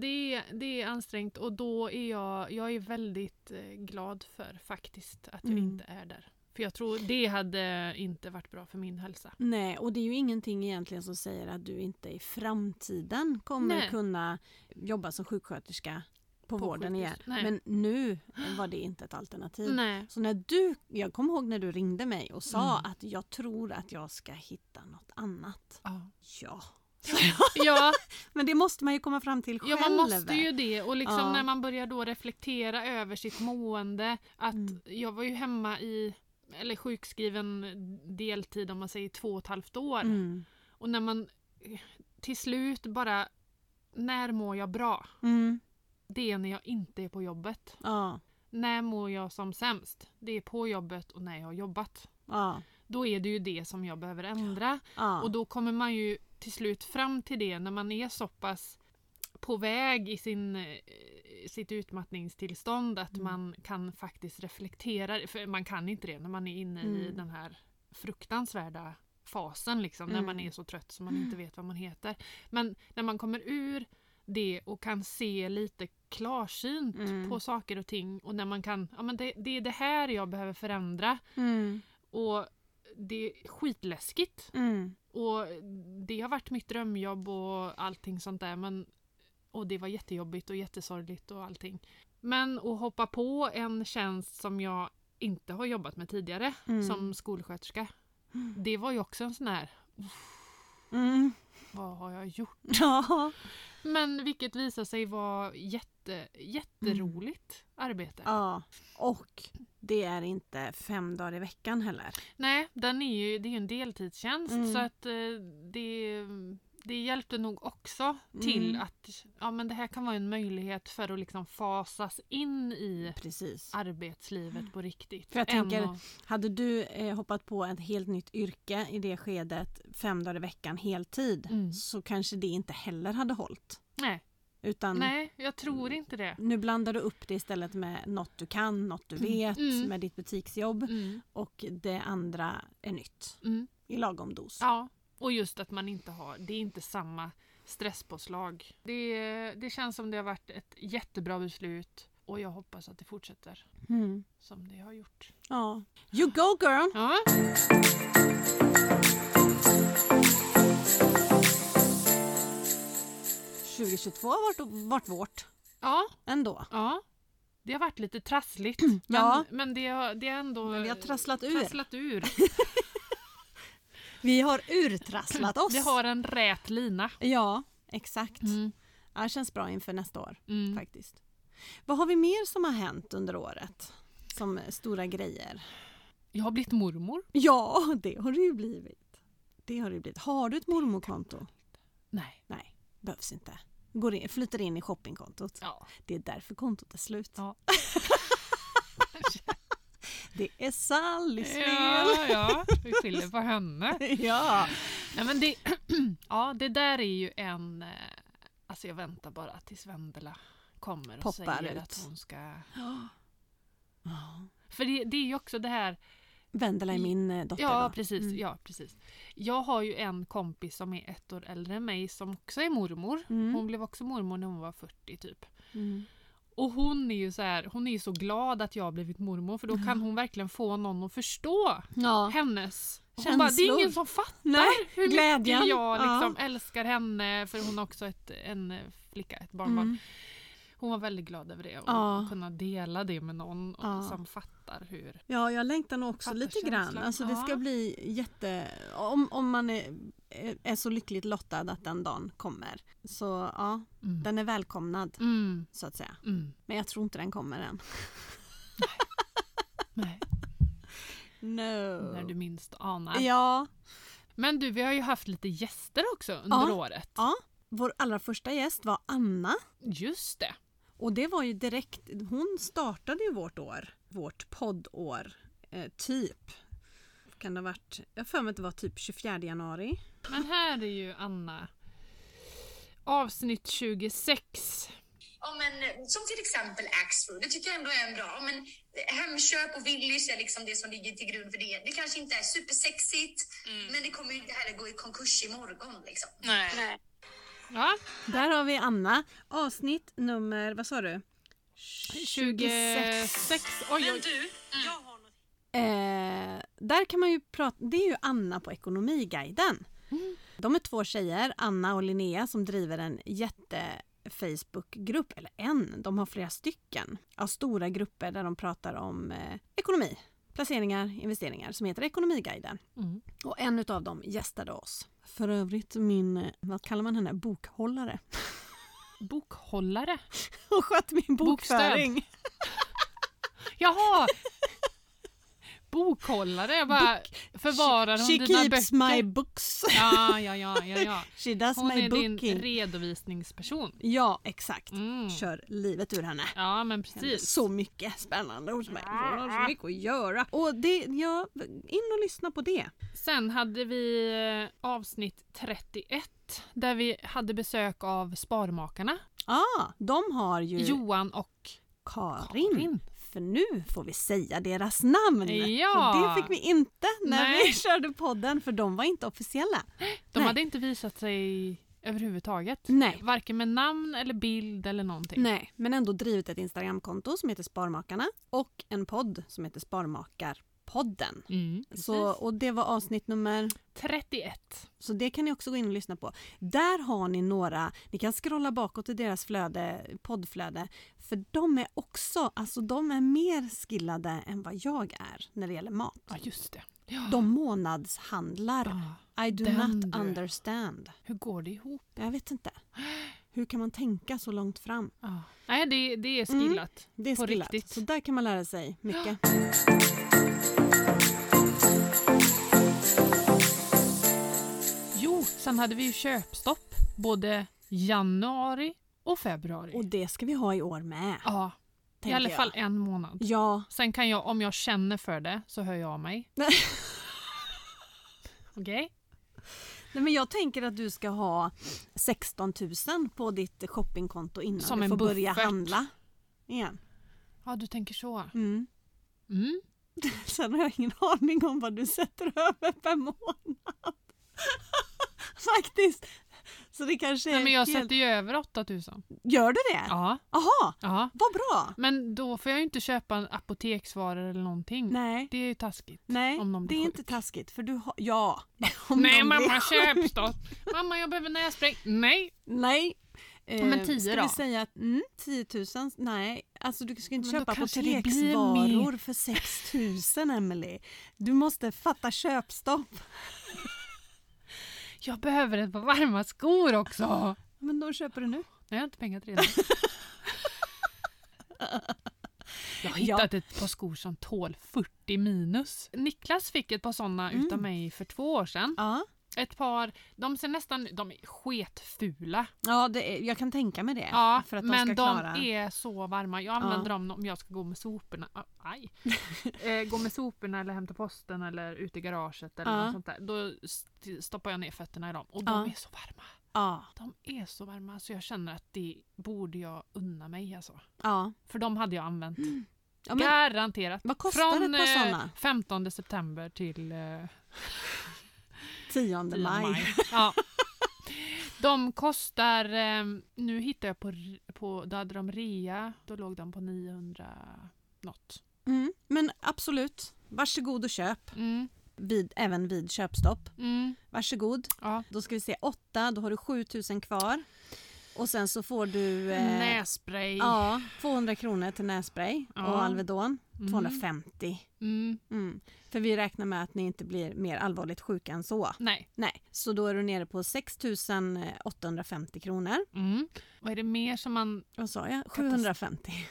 det, är, det är ansträngt och då är jag, jag är väldigt eh, glad för faktiskt att jag Mm. inte är där. För jag tror det hade inte varit bra för min hälsa. Nej, och det är ju ingenting egentligen som säger att du inte i framtiden kommer Nej. kunna jobba som sjuksköterska på, På vården sjukhus. igen. Nej. Men nu var det inte ett alternativ. Nej. Så när du, jag kommer ihåg när du ringde mig och sa Mm. att jag tror att jag ska hitta något annat. Ja. Ja, Ja, men det måste man ju komma fram till själv. ja, man måste ju det. Och liksom Ja. när man börjar då reflektera över sitt mående. Att Mm. Jag var ju hemma i, eller sjukskriven deltid om man säger två och ett halvt år. Mm. Och när man eh, till slut bara, när mår jag bra? Mm. det är när jag inte är på jobbet. Ja, När mår jag som sämst? Det är på jobbet och när jag har jobbat. ja, Då är det ju det som jag behöver ändra. ja. Och då kommer man ju till slut fram till det när man är så pass på väg i sin, eh, sitt utmattningstillstånd att Mm. man kan faktiskt reflektera. För man kan inte det när man är inne i Mm. den här fruktansvärda fasen liksom, när man Mm. är så trött så man inte vet vad man heter. Men när man kommer ur det och kan se lite klarsynt Mm. på saker och ting och när man kan, ja men det, det är det här jag behöver förändra Mm. och det är skitläskigt Mm. och det har varit mitt drömjobb och allting sånt där. Men, och det var jättejobbigt och jättesorgligt och allting. Men att hoppa på en tjänst som jag inte har jobbat med tidigare Mm. som skolsköterska. Mm. Det var ju också en sån här, Mm. vad har jag gjort? Ja. Men vilket visar sig vara jätte, jätteroligt arbete. Ja, och det är inte fem dagar i veckan heller. Nej, den är ju, det är ju en deltidstjänst Mm. så att eh, det, det hjälpte nog också till Mm. att ja, men det här kan vara en möjlighet för att liksom fasas in i Precis. arbetslivet på riktigt. För jag Än tänker- att- Hade du eh, hoppat på ett helt nytt yrke i det skedet fem dagar i veckan heltid Mm. så kanske det inte heller hade hållit. nej, Utan nej, jag tror inte det. nu blandar du upp det istället med något du kan, något du vet Mm. med ditt butiksjobb Mm, och det andra är nytt mm, i lagom dos. ja, och just att man inte har, det är inte samma stresspåslag. Det, det känns som det har varit ett jättebra beslut och jag hoppas att det fortsätter Mm. som det har gjort. ja. You go girl! Ja. Mm. 2022 har varit, varit vårt ja. ändå. Ja. Det har varit lite trassligt. Men, Ja. men det, har, det är ändå... Men vi har trasslat ur. trasslat ur. Vi har urtrasslat oss. Vi har en rät lina. Ja, exakt. Mm. Ja, det känns bra inför nästa år Mm. faktiskt. Vad har vi mer som har hänt under året? Som eh, stora grejer? Jag har blivit mormor. Ja, det har det ju blivit. Det har det ju blivit. Har du ett mormorkonto? Nej. Nej, behövs inte. Går in, flyter in i shoppingkontot. Ja. Det är därför kontot är slut. Ja. Det är Sallys fel. Ja, ja, vi skyller på henne. Ja. Nej, men det, ja, det där är ju en... eh, Alltså jag väntar bara tills Vendela kommer och Poppar säger ut. att hon ska... För det, det är ju också det här Vendela är min eh, dotter. Ja då. precis, Mm. ja, precis. Jag har ju en kompis som är ett år äldre än mig som också är mormor. Mm. Hon blev också mormor när hon var 40 typ. Mm. Och hon är ju så här, hon är ju så glad att jag har blivit mormor för då kan hon verkligen få någon att förstå Ja. hennes. Hon Känslor. bara, det är ingen som fattar Nej, hur glädjen. mycket jag Ja. liksom älskar henne för hon har också ett, en eh, flicka, ett barnbarn. Mm. Hon var väldigt glad över det och Ja. kunna dela det med någon och- Ja. som fattar hur. Ja, jag längtar nog också Fattar lite känslan. grann. Alltså det Ja. ska bli jätte... Om, om man är, är så lyckligt lottad att den dagen kommer. Så ja, Mm. den är välkomnad Mm, så att säga. mm. Men jag tror inte den kommer än. Nej, No. Mm. när du minst anar. Ja, Men du, vi har ju haft lite gäster också under Ja. året. vår allra första gäst var Anna. Just det. Och det var ju direkt, hon startade ju vårt år, vårt poddår, eh, typ. Kan det ha varit, jag har för mig att det var typ 24 januari. Men här är ju Anna. Avsnitt 26. Ja, men, som till exempel Axfood, det tycker jag ändå är en bra. Ja, Men, hemköp och Willys är liksom det som ligger till grund för det. Det kanske inte är supersexigt, men det kommer ju inte heller gå i konkurs imorgon. Liksom. Nej. Ja, Där har vi Anna, avsnitt nummer, vad sa du? 26. Oj, oj. du, jag har något. Eh, där kan man ju prata, det är ju Anna på Ekonomiguiden. Mm. De är två tjejer, Anna och Linnea, som driver en jätte Facebookgrupp, eller en, de har flera stycken. Ja, stora grupper där de pratar om eh, ekonomi, placeringar, investeringar som heter Ekonomiguiden. Mm. Och en utav dem gästade oss. För övrigt min, eh, vad kallar man henne, bokhållare. Bokhållare. Hon sköt min bokföring. Jaha! Bokhållare. Jag bara förvarar hon She dina keeps böcker? my books. Ja, ja, ja, ja, ja. She does Hon my är din booking. redovisningsperson. Ja, exakt. Mm. Kör livet ur henne. Ja, men precis. Ah. Så mycket spännande hos mig. Hon har så mycket att göra. Och det, ja, in och lyssna på det. Sen hade vi eh, avsnitt 31 där vi hade besök av Sparmakarna, Ah, de har ju Johan och Karin. Karin. För nu får vi säga deras namn. Ja. För det fick vi inte när Nej. vi körde podden för de var inte officiella. De Nej. hade inte visat sig överhuvudtaget. Nej. Varken med namn eller bild eller någonting. Nej, men ändå drivit ett Instagramkonto som heter Sparmakarna och en podd som heter Sparmakarpodden. Mm, Så, och det var avsnitt nummer 31. Så det kan ni också gå in och lyssna på. Där har ni några, ni kan scrolla bakåt i deras flöde, poddflöde, för de är också, alltså de är mer skillade än vad jag är när det gäller mat. Ja, just det. Ja. De månadshandlar. Ah, I do den not du. understand. hur går det ihop? Jag vet inte. Hur kan man tänka så långt fram? Ah. Nej, det, det är Mm. skillat. Det är På skillat. riktigt. Så där kan man lära sig mycket. Jo, sen hade vi ju köpstopp både januari och februari. Och det ska vi ha i år med. ja, i tänker alla fall Jag. en månad. Ja, Sen kan jag, om jag känner för det, så hör jag av mig. Nej. Okej? Nej, men jag tänker att du ska ha 16 000 på ditt shoppingkonto innan Som du en får börja buffert. handla. Igen. Ja, du tänker så. Mm. Mm. Sen har jag ingen aning om vad du sätter över per månad. Faktiskt. Så det kanske är Nej, men jag helt... sätter ju över 8000. Gör du det? Ja. Jaha, ja. vad bra. Men då får jag ju inte köpa apoteksvaror eller någonting. Nej, Det är ju taskigt. nej om någon det blir är sjuk. inte taskigt för du har... Ja. Om Nej någon blir mamma, sjuk. köpstopp! Mamma jag behöver nässpray. Nej! Nej. Eh, men 10 ska då? vi säga att mm, 10 000? Nej, alltså du ska inte Men då köpa kanske det blir apoteksvaror för 6 000 Emily. Du måste fatta köpstopp. Jag behöver ett par varma skor också! Men då köper du nu. Nej, jag har inte pengar till det. Jag har hittat ett par skor som tål 40 minus. Niklas fick ett par sådana Mm. utav mig för två år sedan. Ja, Ett par, de ser nästan, de är sketfula. ja det är, jag kan tänka mig det. Ja, för att de men ska de klara. är så varma. Jag använder dem om jag ska gå med soporna. Ah, Aj. eh, gå med soporna eller hämta posten eller ut i garaget eller Ja. något sånt där. Då st- stoppar jag ner fötterna i dem och de Ja. är så varma. Ja, De är så varma så jag känner att det borde jag unna mig alltså. ja. För de hade jag använt. Mm. ja men, Garanterat. vad kostar Från ett par eh, sådana? 15 september till eh, 10 10 maj. Ja. De kostar, eh, nu hittar jag på, r- på, då hade de rea, då låg de på 900 något. Mm. Men absolut, varsågod och köp. Mm, Vid, även vid köpstopp. mm, Varsågod. ja. Då ska vi se 8, då har du 7000 kvar. Och sen så får du eh, Nässpray. ja, 200 kronor till nässpray Ja. och Alvedon. Mm. 250. Mm, Mm. För vi räknar med att ni inte blir mer allvarligt sjuka än så. nej. Nej, så då är du nere på 6 850 kronor. Mm. Vad är det mer som man... Vad sa jag? 750.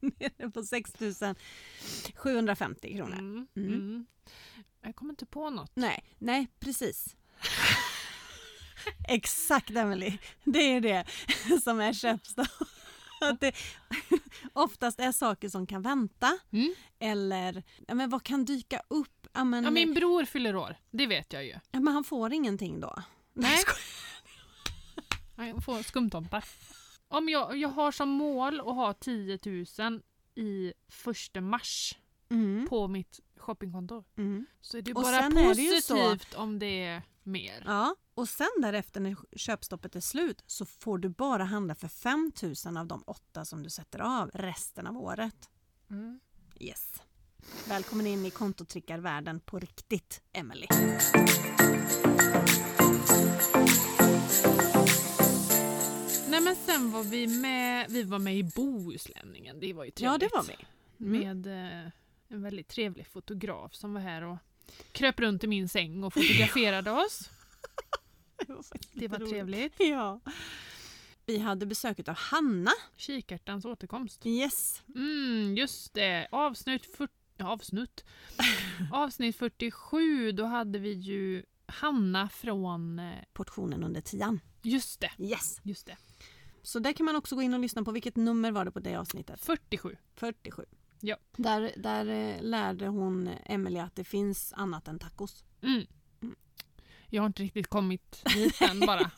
nere på 6 750 kronor. Mm, Mm. mm. Jag kommer inte på något. Nej, nej precis. Exakt Emily. Det är det som är köpstopp. Att det oftast är saker som kan vänta Mm. eller ja, men vad kan dyka upp? Ja, men, Ja, min bror fyller år, det vet jag ju. ja, men han får ingenting då. Nej. Jag får skumtomtar. Om jag, jag har som mål att ha 10 000 i första mars Mm, på mitt shoppingkonto. mm. Så är det ju Och bara sen är det ju positivt om det är mer. Ja, och sen därefter när köpstoppet är slut så får du bara handla för 5 000 av de åtta som du sätter av resten av året. Mm. Yes. Välkommen in i kontotrickarvärlden på riktigt, Emily. Nej men sen var vi med, vi var med i Bohuslänningen, det var ju trevligt. Ja, det var vi. Mm. Med eh, en väldigt trevlig fotograf som var här och kröp runt i min säng och fotograferade oss. Det var trevligt. Ja. Vi hade besöket av Hanna. Kikärtans återkomst. Yes. Mm, just det. Avsnitt, 40, ja, avsnitt. avsnitt 47, då hade vi ju Hanna från... eh, Portionen under tian. Just det, Yes. just det. Så där kan man också gå in och lyssna på. Vilket nummer var det på det avsnittet? 47. 47. Ja. Där, där eh, lärde hon Emily att det finns annat än tacos. Mm. Jag har inte riktigt kommit dit än bara.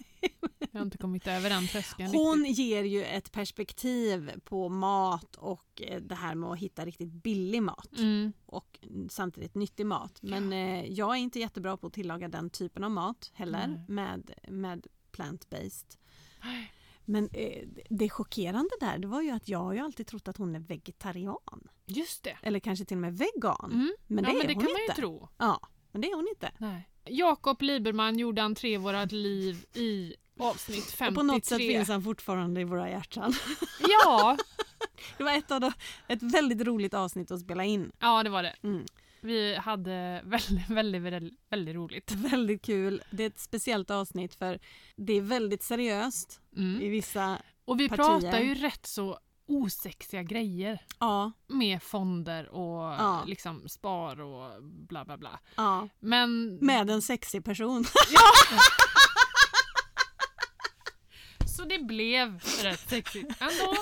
Jag har inte kommit över den tröskeln Hon riktigt. ger ju ett perspektiv på mat och eh, det här med att hitta riktigt billig mat. Mm, Och samtidigt nyttig mat. Men eh, jag är inte jättebra på att tillaga den typen av mat heller. Nej. Med, med plant-based. Men eh, det- det chockerande där det var ju att jag har ju alltid trott att hon är vegetarian. just det. Eller kanske till och med vegan. Mm. Men det ja, är men det hon kan man inte. ju tro. Ja, men det är hon inte. Nej. Jakob Liberman gjorde entré i vårat liv i avsnitt 53. Och på något sätt finns han fortfarande i våra hjärtan. Ja, Det var ett, av de, ett väldigt roligt avsnitt att spela in. ja det var det. Mm. Vi hade väldigt, väldigt, väldigt, väldigt roligt. Väldigt kul. Det är ett speciellt avsnitt för det är väldigt seriöst Mm. i vissa... Och vi partier. pratar ju rätt så osexiga grejer Ja, med fonder och Ja. liksom spar och bla bla bla. ja. Men Med en sexig person. så det blev rätt sexigt ändå.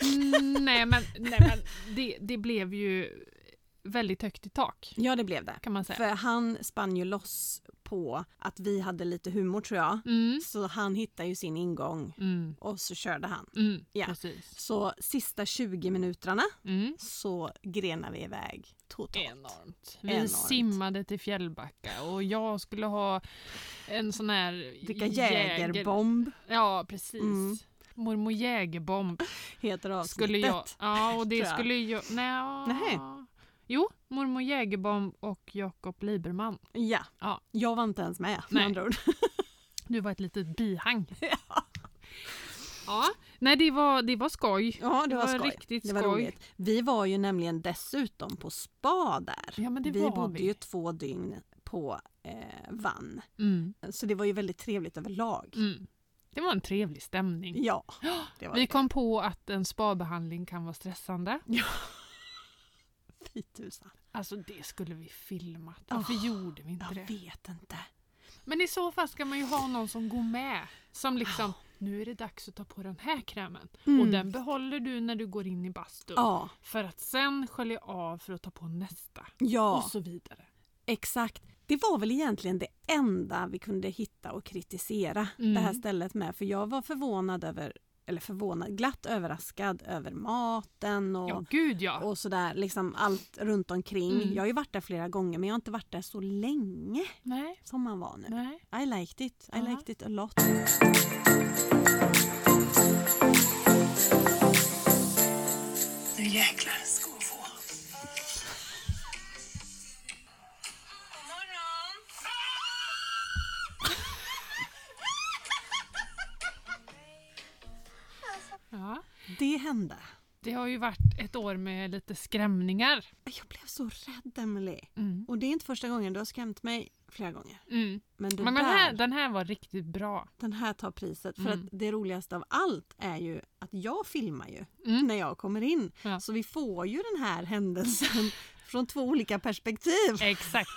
Mm, nej men, nej, men det, det blev ju väldigt högt i tak Ja, det blev det. kan man säga. För han spann ju loss på att vi hade lite humor tror jag. Mm, Så han hittade ju sin ingång mm, och så körde han. mm, Ja. precis. Så sista 20 minuterna Mm. så grenar vi iväg totalt. Enormt. Vi Enormt. simmade till Fjällbacka och jag skulle ha en sån här Dricka jäger- jägerbomb Ja, precis. Mm. Mormor Jägerbomb heter avsnittet. skulle jag... Ja, och det tror jag. skulle jag... Nej. Nej. Jo, Mormor Jägerbomb och Jakob Liberman. Ja. Ja. Jag var inte ens med med Nej. andra ord. Du var ett litet bihang. ja. Nej, det var, det var skoj. Ja, det Det var var skoj. riktigt det var skoj. roligt. Vi var ju nämligen dessutom på spa där. Ja, men det vi var bodde vi. ju två dygn på eh, Vann. Mm. Så det var ju väldigt trevligt överlag. Mm. Det var en trevlig stämning. Ja, det var Vi vi... kom på att en spabehandling kan vara stressande. fy tusan. Alltså det skulle vi filmat. Varför Ah, gjorde vi inte Jag det? vet inte. Men i så fall ska man ju ha någon som går med. Som liksom, nu är det dags att ta på den här krämen. Och Ah. Mm. Ah. den behåller du när du går in i bastun. Ja, För att sen skölja av för att ta på nästa. Och ja, så vidare. exakt. Det var väl egentligen det enda vi kunde hitta och kritisera Mm. det här stället med. För jag var förvånad över eller förvånad, glatt överraskad över maten och, Ja, gud ja. Ah. och sådär, liksom allt runt omkring. Mm. Jag har ju varit där flera gånger men jag har inte varit där så länge Nej, som man var nu. nej. I liked it. I Ja. liked it a lot. Nu jäklar ska hon få. God morgon! Ja. Det hände. Det har ju varit ett år med lite skrämningar. Jag blev så rädd Emily. Mm. Och det är inte första gången, du har skrämt mig flera gånger. Mm. Men, det Men där, den här, den här var riktigt bra. den här tar priset. För Mm. att det roligaste av allt är ju att jag filmar ju Mm. när jag kommer in. Ja. Så vi får ju den här händelsen från två olika perspektiv. Exakt.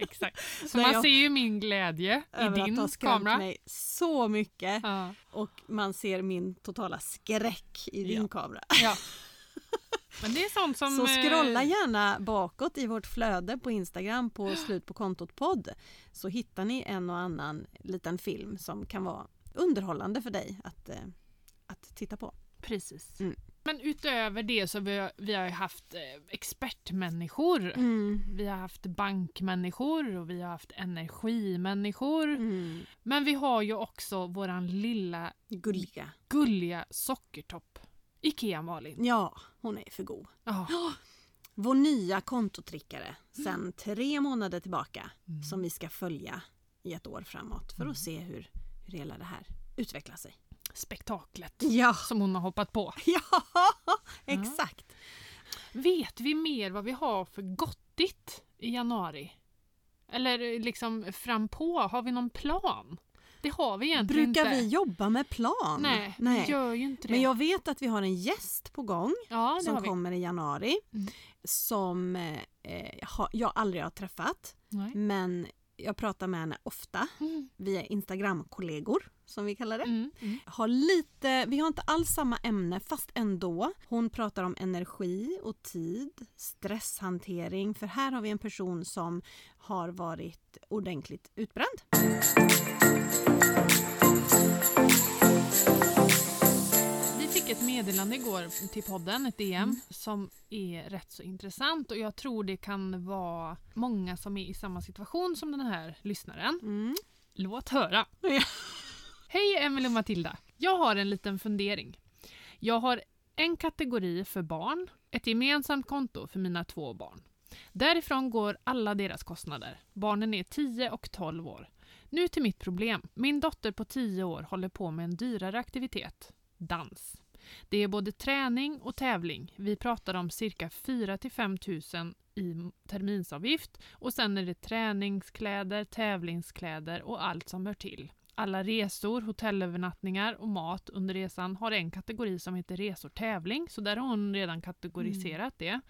Exakt. Så Där man jag- ser ju min glädje i över att ha din skrämt kamera. mig så mycket. Ja. Och man ser min totala skräck i din Ja. kamera. ja. Men det är sånt som... Så scrolla eh, gärna bakåt i vårt flöde på Instagram på slut på kontot podd. Så hittar ni en och annan liten film som kan vara underhållande för dig att, eh, att titta på. Precis. Mm. Men utöver det så vi har vi har ju haft eh, expertmänniskor. Mm. Vi har haft bankmänniskor och vi har haft energimänniskor. Mm. Men vi har ju också våran lilla Gulliga. gulliga sockertopp. Ikea Malin. Ja, hon är för god. Ja. Vår nya kontotrickare Mm. sen tre månader tillbaka som vi ska följa i ett år framåt för att se hur, hur hela det här utvecklar sig. Spektaklet Ja, som hon har hoppat på. ja exakt. Vet vi mer vad vi har för gottigt i januari? Eller liksom frampå, har vi någon plan? Det har vi egentligen Brukar inte. vi jobba med plan? Nej, vi gör ju inte det. Men jag vet att vi har en gäst på gång ja, det har som vi. kommer i januari. Mm. Som eh, har, jag aldrig har träffat. Nej. Men jag pratar med henne ofta. Mm. Vi är Instagram-kollegor som vi kallar det. Mm. Mm. Har lite, vi har inte alls samma ämne fast ändå. Hon pratar om energi och tid, stresshantering. För här har vi en person som har varit ordentligt utbränd. Vi fick ett meddelande igår till podden, ett DM, Mm. som är rätt så intressant och jag tror det kan vara många som är i samma situation som den här lyssnaren. Mm. Låt höra! Ja. Hej Emil och Matilda! Jag har en liten fundering. Jag har en kategori för barn, ett gemensamt konto för mina två barn. Därifrån går alla deras kostnader. Barnen är 10 och 12 år. Nu till mitt problem. Min dotter på 10 år håller på med en dyrare aktivitet. Dans. Det är både träning och tävling. Vi pratar om cirka 4 till 5 000 i terminsavgift och sen är det träningskläder, tävlingskläder och allt som hör till. Alla resor, hotellövernattningar och mat under resan har en kategori som heter resor tävling, så där har hon redan kategoriserat det.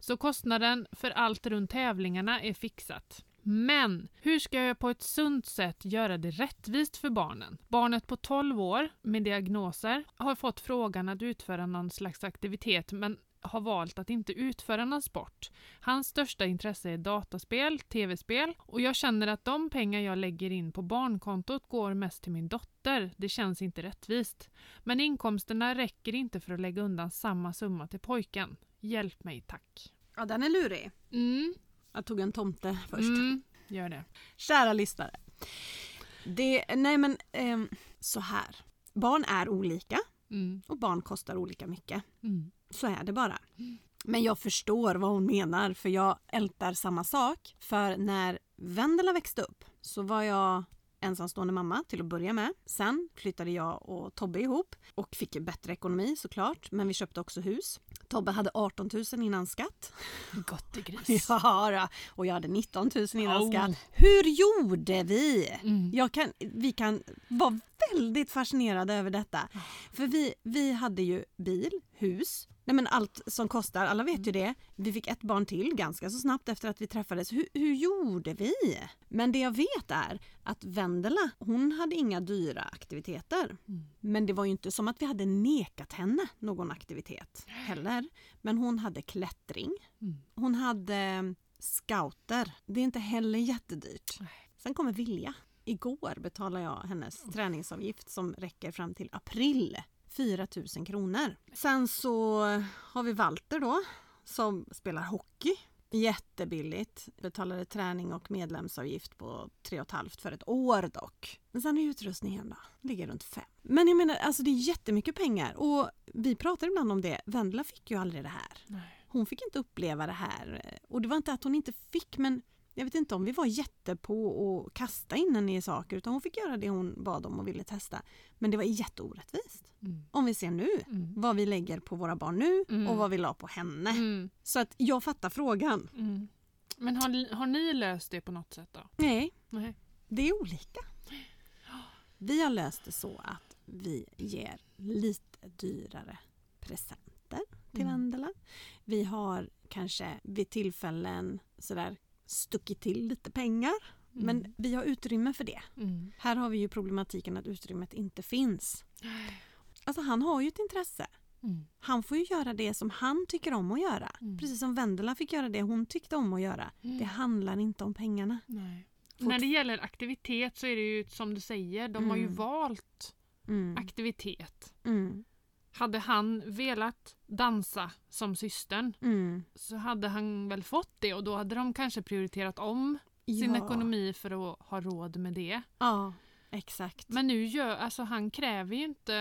Så kostnaden för allt runt tävlingarna är fixat. Men hur ska jag på ett sunt sätt göra det rättvist för barnen? Barnet på 12 år med diagnoser har fått frågan att utföra någon slags aktivitet men har valt att inte utföra någon sport. Hans största intresse är dataspel, tv-spel och jag känner att de pengar jag lägger in på barnkontot går mest till min dotter. Det känns inte rättvist. Men inkomsterna räcker inte för att lägga undan samma summa till pojken. Hjälp mig tack. Ja, den är lurig. Mm, Jag tog en tomte först. mm, gör det. Kära lyssnare. Det, nej men ehm, så här. Barn är olika Mm, och barn kostar olika mycket. mm, Så är det bara. Men jag förstår vad hon menar för jag ältar samma sak. För när Vendela växte upp så var jag ensamstående mamma till att börja med. Sen flyttade jag och Tobbe ihop och fick ju bättre ekonomi såklart. Men vi köpte också hus. Tobbe hade 18 000 innan skatt. Gottegris. Ja, då. och jag hade 19 000 innan Oh. skatt. Hur gjorde vi? Mm. Jag kan, vi kan vara väldigt fascinerade över detta. Ah. För vi, vi hade ju bil, hus, nej men allt som kostar, alla vet ju Mm. det. Vi fick ett barn till ganska så snabbt efter att vi träffades. Hur, hur gjorde vi? Men det jag vet är att Vendela, hon hade inga dyra aktiviteter. Mm. Men det var ju inte som att vi hade nekat henne någon aktivitet heller. Men hon hade klättring. Mm. Hon hade eh, scouter. Det är inte heller jättedyrt. Sen kommer Vilja. Igår betalade jag hennes träningsavgift som räcker fram till april. 4 000 kronor. Sen så har vi Walter då som spelar hockey. Jättebilligt. Betalade träning och medlemsavgift på 3 500 för ett år dock. Men sen är utrustningen då, ligger runt 5. Men jag menar, alltså det är jättemycket pengar och vi pratar ibland om det. Vendela fick ju aldrig det här. Nej. Hon fick inte uppleva det här. Och det var inte att hon inte fick, men jag vet inte om vi var jättepå och kasta in henne i saker utan hon fick göra det hon bad om och ville testa. Men det var jätteorättvist. Mm. Om vi ser nu Mm. vad vi lägger på våra barn nu Mm. och vad vi la på henne. Mm. Så att jag fattar frågan. Mm. Men har, har ni löst det på något sätt då? Nej, Nej. det är olika. Vi har löst det så att vi ger lite dyrare presenter till Mm. Vendela. Vi har kanske vid tillfällen sådär stuckit till lite pengar. Men vi har utrymme för det. Mm. Här har vi ju problematiken att utrymmet inte finns. Alltså han har ju ett intresse. Mm. Han får ju göra det som han tycker om att göra. Mm. Precis som Vendela fick göra det hon tyckte om att göra. Mm. Det handlar inte om pengarna. Nej. Fort- När det gäller aktivitet så är det ju som du säger, de har ju Mm. valt Mm. aktivitet. Mm. Hade han velat dansa som systern Mm. så hade han väl fått det och då hade de kanske prioriterat om sin Ja. ekonomi för att ha råd med det. Ja, exakt. Men nu gör, alltså han kräver ju inte,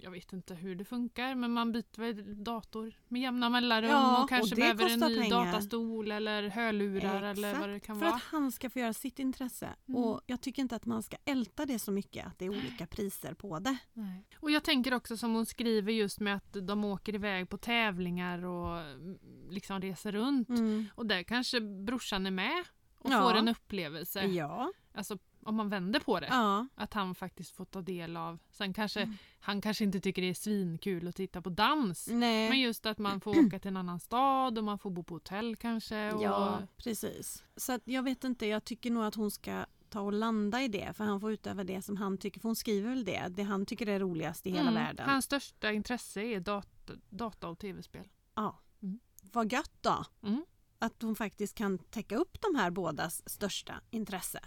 jag vet inte hur det funkar, men man byter väl dator med jämna mellanrum Ja, och och kanske det behöver en kostar ny pengar. datastol eller hörlurar eller vad det kan för vara. att han ska få göra sitt intresse. Mm. Och jag tycker inte att man ska älta det så mycket att det är olika priser på det. Nej. Och jag tänker också som hon skriver just med att de åker iväg på tävlingar och mm, liksom reser runt. Mm. Och där kanske brorsan är med och Ja. får en upplevelse. Ja. Alltså om man vänder på det. ja. Mm. Att han faktiskt får ta del av. Sen kanske han kanske inte tycker det är svinkul att titta på dans. Nej. Men just att man får åka till en annan stad och man får bo på hotell kanske. Och... Ja, precis. Så att jag vet inte, jag tycker nog att hon ska ta och landa i det för han får utöva det som han tycker, för hon skriver väl det, det han tycker är roligast i hela Mm. världen. Hans största intresse är data, data och tv-spel. Ja. Mm. Vad gött då! Mm. Att hon faktiskt kan täcka upp de här bådas största intresse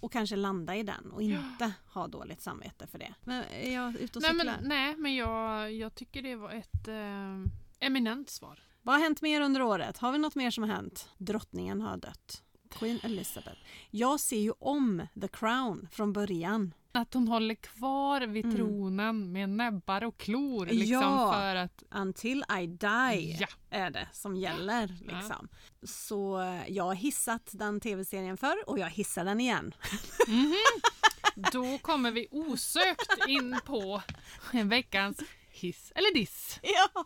och kanske landa i den och inte ha dåligt samvete för det. Men är jag ute och Nej, cyklar? men, nej, men jag, jag tycker det var ett eh, eminent svar. Vad har hänt mer under året? Har vi något mer som har hänt? Drottningen har dött. Queen Elizabeth. Jag ser ju om The Crown från början. Att hon håller kvar vid Mm. tronen med näbbar och klor. Liksom, Ja. För att... Until I die. Ja. är det som gäller. Liksom. Så eh, jag har hissat den tv-serien förr och jag hissar den igen. Då kommer vi osökt in på veckans hiss eller diss. Ja.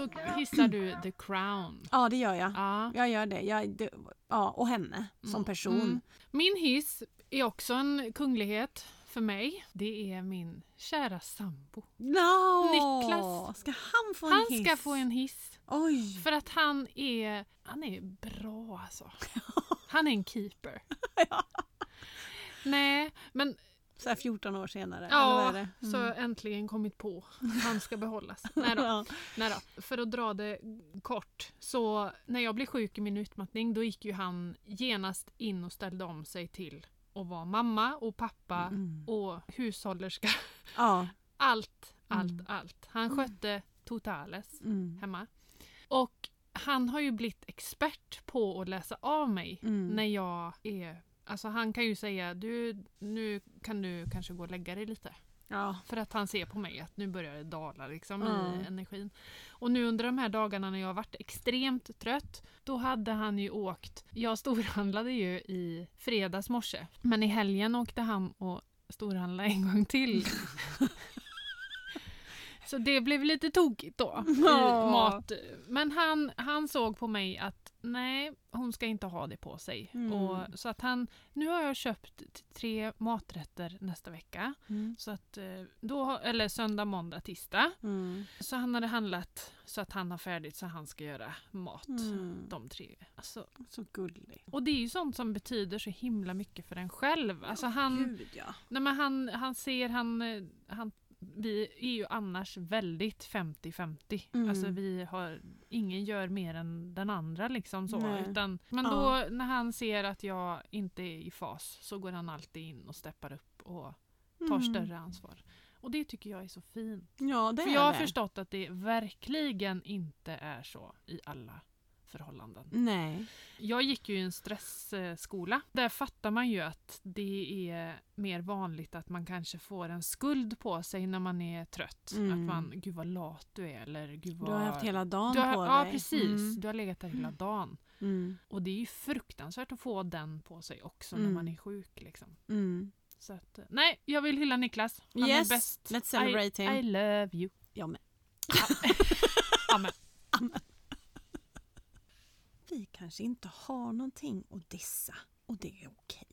Då hissar du The Crown. ja, det gör jag. Ja. Jag gör det. Jag, det ja, och henne som person. Mm. Min hiss är också en kunglighet för mig. Det är min kära sambo. No! Niklas. Ska han få en Han hiss? ska få en hiss. Oj! För att han är, han är bra alltså. Han är en keeper. Nej, men Så här 14 år senare. eller vad ja, är det? Mm. så har jag äntligen kommit på. Han ska behållas. Nej då. Ja. Nej då. För att dra det kort, så när jag blev sjuk i min utmattning då gick ju han genast in och ställde om sig till att vara mamma och pappa Mm. och hushållerska. ja. Allt, allt, allt. Han skötte totales Mm. hemma. Och han har ju blivit expert på att läsa av mig Mm. när jag är... Alltså han kan ju säga du, nu kan du kanske gå och lägga dig lite. Ja. För att han ser på mig att nu börjar det dala liksom Ja. i energin. Och nu under de här dagarna när jag har varit extremt trött, då hade han ju åkt. Jag storhandlade ju i fredags morse, men i helgen åkte han och storhandlade en gång till. Så det blev lite tokigt då i Ja. mat. Men han, han såg på mig att nej, hon ska inte ha det på sig. Mm. Och, så att han, nu har jag köpt t- tre maträtter nästa vecka. Mm. Så att, eh, då, har- eller söndag, måndag, tisdag. Mm. Så han hade handlat så att han har färdigt så han ska göra mat. Mm. De tre. Alltså, Så gullig. och det är ju sånt som betyder så himla mycket för en själv. Alltså han, Gud ja. nej men han, han ser, han, eh, han, vi är ju annars väldigt 50-50. Mm. Alltså vi har, ingen gör mer än den andra liksom så. Nej. Utan, men Ja. då när han ser att jag inte är i fas så går han alltid in och steppar upp och tar Mm. större ansvar. Och det tycker jag är så fint. Ja, det För är jag har det. förstått att det verkligen inte är så i alla förhållanden. Nej. Jag gick ju i en stressskola. Där fattar man ju att det är mer vanligt att man kanske får en skuld på sig när man är trött. Mm. Att man, gud vad lat du är eller gud Du vad... har haft hela dagen Du har- på Ja, dig. precis. Mm. Du har legat där hela dagen. Mm. Och det är ju fruktansvärt att få den på sig också Mm. när man är sjuk. Liksom. Mm. Så att, eh, nej, jag vill hylla Niklas. Han Yes, är bäst. let's celebrate I, him. I love you. Jag med. Amen. Vi kanske inte har någonting att dissa och det är okej.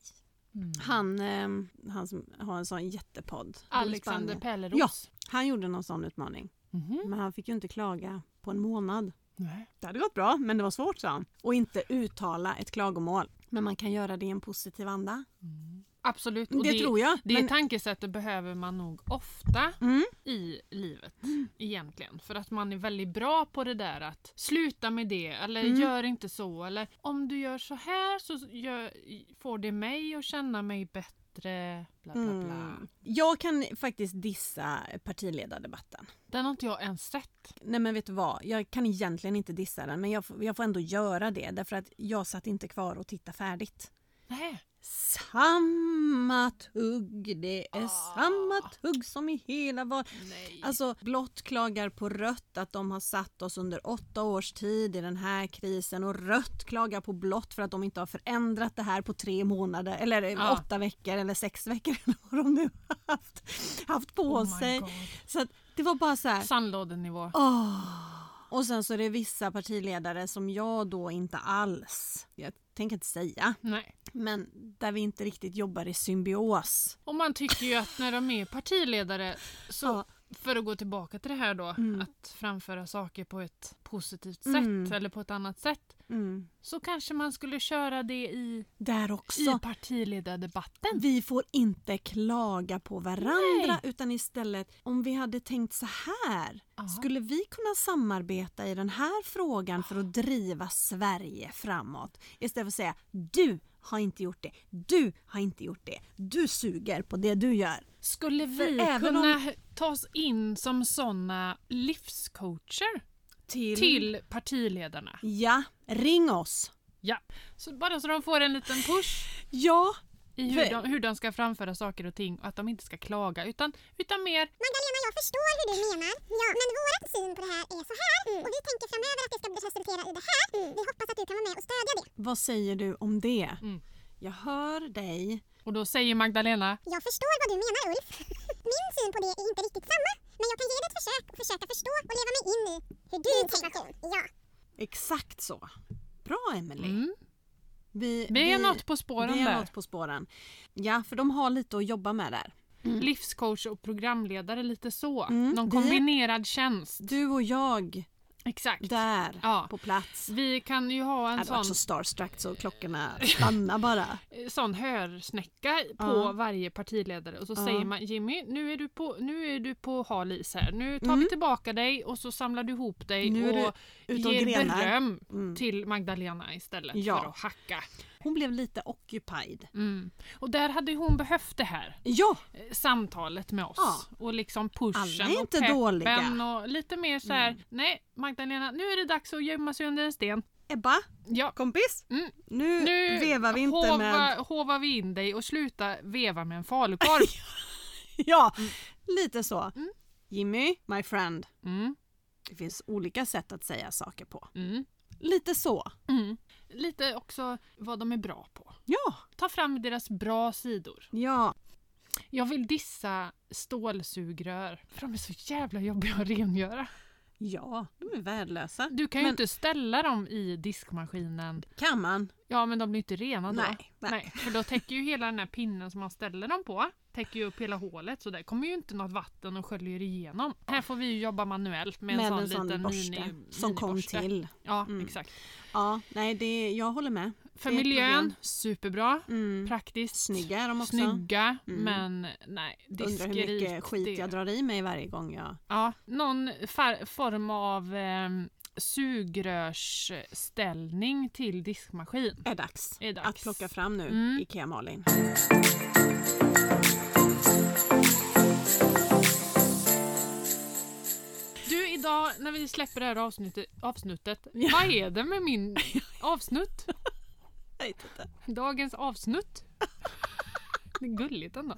Mm. Han, ehm, han som har en sån jättepodd. Alexander Spanien. Pelleros. Ja. Han gjorde någon sån utmaning. Mhm. Men han fick ju inte klaga på en månad. Nej. Det hade gått bra, men det var svårt sa han. Och inte uttala ett klagomål. Men man kan göra det i en positiv anda. Absolut. Det, och tror jag. Det men... tankesättet behöver man nog ofta Mm. i livet egentligen. För att man är väldigt bra på det där att sluta med det eller Mm. gör inte så. Eller om du gör så här så gör, får det mig att känna mig bättre. Bla, bla, bla. Mm. Jag kan faktiskt dissa partiledardebatten. Den har inte jag ens sett. Nej men vet du vad, jag kan egentligen inte dissa den men jag, får- jag får ändå göra det därför att jag satt inte kvar och tittade färdigt. Nej. Samma tugg, det är Ah. samma tugg som i hela val. Nej. Alltså blått klagar på rött att de har satt oss under åtta års tid i den här krisen och rött klagar på blått för att de inte har förändrat det här på tre månader eller Ja. åtta veckor eller sex veckor eller vad de nu har haft, haft på oh my sig. god. Så att det var bara så här. Sandlådenivå. Åh. Och sen så är det vissa partiledare som jag då inte alls, jag tänker inte säga, Nej. men där vi inte riktigt jobbar i symbios. Och man tycker ju att när de är partiledare så Ja. för att gå tillbaka till det här då, Mm. att framföra saker på ett positivt sätt Mm. eller på ett annat sätt, så kanske man skulle köra det i, Där i också. partiledardebatten. Vi får inte klaga på varandra Nej. utan istället om vi hade tänkt så här. Ja. Skulle vi kunna samarbeta i den här frågan för att driva Sverige framåt? Istället för att säga du har inte gjort det, du har inte gjort det, du suger på det du gör. Skulle För vi även kunna ta oss in som såna livscoacher till partiledarna? Ja, ring oss. Ja. Så bara så de får en liten push Ja, i hur För- de, hur de ska framföra saker och ting och att de inte ska klaga utan, utan mer Magdalena, jag förstår hur du menar. Men vår syn på det här är så här. Och vi tänker framöver att det ska resultera i det här. Vi hoppas att du kan vara med och stödja det. vad säger du om det? Mm. Jag hör dig. och då säger Magdalena Jag förstår vad du menar, Ulf. Min syn på det är inte riktigt samma. Men jag kan ge det ett försök och försöka förstå och leva mig in i hur du tänker. Ja. Exakt så. Bra Emelie. mm, Vi, Vi är något på spåren vi är där. något på spåren. Ja, för de har lite att jobba med där. livscoach och programledare lite så. Mm, Någon vi- kombinerad tjänst. Du och jag Exakt. där Ja. på plats. Vi kan ju ha Jag en hade varit sån, så starstruck så klockorna stannar bara. eh, sån hörsnäcka på Ja. varje partiledare och så Ja. säger man Jimmy, nu är du på, nu är du på hal is här. Nu tar vi tillbaka dig och så samlar du ihop dig Mm. Nu är du och ute och ger grenar. beröm Mm. till Magdalena istället Ja. för att hacka. Hon blev lite occupied. Mm. Och där hade ju hon behövt det här Ja, eh, samtalet med oss Ja. och liksom pushen Alla är och inte peppen dåliga. Mm. och lite mer så här. nej Magdalena nu är det dags att gömma sig under en sten. Ebba, Ja, kompis. Mm. Nu, nu vevar vi inte hova, med... hovar vi in dig och sluta veva med en falukorv. Ja, lite så. Jimmy, my friend. Mm, Det finns olika sätt att säga saker på. mm, Lite så. mm. Lite också vad de är bra på. Ja. Ta fram deras bra sidor. Ja. Jag vill dissa stålsugrör för de är så jävla jobbiga att rengöra. Ja, de är värdelösa. Du kan ju Men- inte ställa dem i diskmaskinen Kan man? Ja men de blir inte rena då. Nej, nej. För då täcker ju hela den här pinnen som man ställer dem på täcker ju upp hela hålet så där kommer ju inte något vatten och sköljer igenom. Här får vi ju jobba manuellt med, en sån, liten mini, som kom miniborste. till. Ja Mm. exakt. Ja, nej, det, jag håller med. För Det är ett miljön, problem. superbra. Mm. Praktiskt. Snygga är de också. Snygga, Mm. men nej. Undrar hur diskerikt, mycket skit det- jag drar i mig varje gång jag... Ja, någon far- form av eh, sugrörsställning till diskmaskin. Är dags, Mm. Är dags. att plocka fram nu, Mm. IKEA Malin. Du, idag när vi släpper det här avsnittet, avsnuttet vad är det med min avsnutt? Jag vet inte. Dagens avsnutt. Det är gulligt ändå.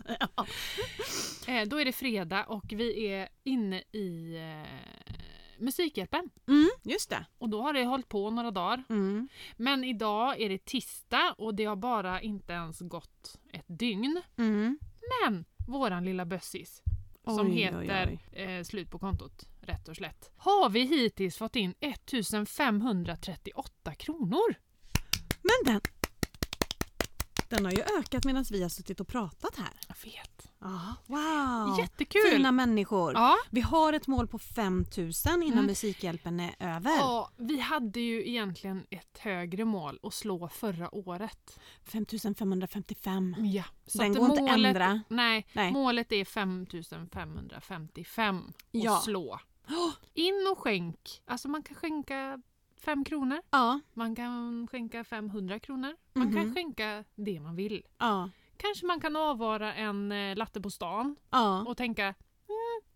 Eh, då är det fredag och vi är inne i eh, Musikhjälpen. Mm, just det. Och då har det hållit på några dagar. Mm. Men idag är det tisdag och det har bara inte ens gått ett dygn. Mm. Men våran lilla bössis som Oj, oj, heter Eh, Slut på kontot, rätt och slätt. Har vi hittills fått in 1538 kronor? Men den... Den har ju ökat medan vi har suttit och pratat här. Jag vet. wow! Jättekul! Fina människor. Ja. Vi har ett mål på 5000 innan Mm. Musikhjälpen är över. ja, vi hade ju egentligen ett högre mål att slå förra året. 5555. Ja. Så Den att går inte att ändra. Mm. Nej, Nej. målet är 5555 att Ja. slå. In och skänk. Alltså man kan skänka 5 kronor. Ja. Man kan skänka 500 kronor. Man kan Mhm. skänka det man vill. Ja. Kanske man kan avvara en eh, latte på stan Ja. och tänka mm,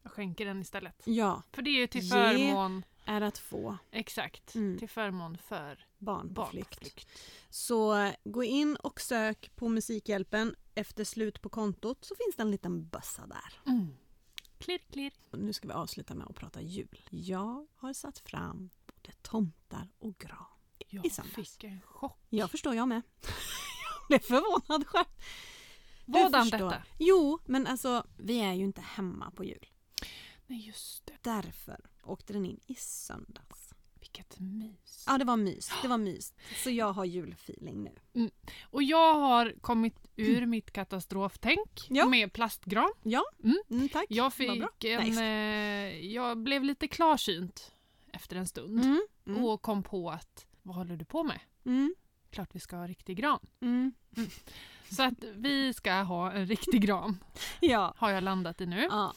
jag skänker den istället. Ja. För det är ju till Ge- förmån, Är att få exakt, Mm. till förmån för barn på barn på flykt. flykt. Så eh, gå in och sök på Musikhjälpen efter slut på kontot så finns det en liten bössa där. Mm. Klirr, klirr. Och nu ska vi avsluta med att prata jul. Jag har satt fram både tomtar och gran. Jag söndags. fick en chock. Jag förstår jag med. jag blev förvånad själv. Du Vadan förstår. detta? Jo, men alltså vi är ju inte hemma på jul. Nej just det, Därför åkte den in i söndags. vilket mys. Ja, det var mys. Det var mys. Så jag har julfeeling nu. Och jag har kommit ur mitt katastroftänk Ja. med plastgran. Mm, tack. Jag, Vad bra. fick en, Nej. eh, jag blev lite klarsynt efter en stund Mm, mm, och kom på att vad håller du på med? mm, Klart vi ska ha riktig gran. mm. Så att vi ska ha en riktig gran Ja. har jag landat i nu. ja.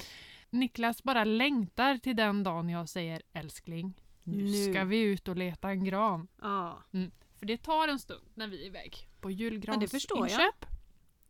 Niklas bara längtar till den dagen jag säger älskling, nu, Nu." ska vi ut och leta en gran. ja. För det tar en stund när vi är iväg på förstår jag. julgransinköp.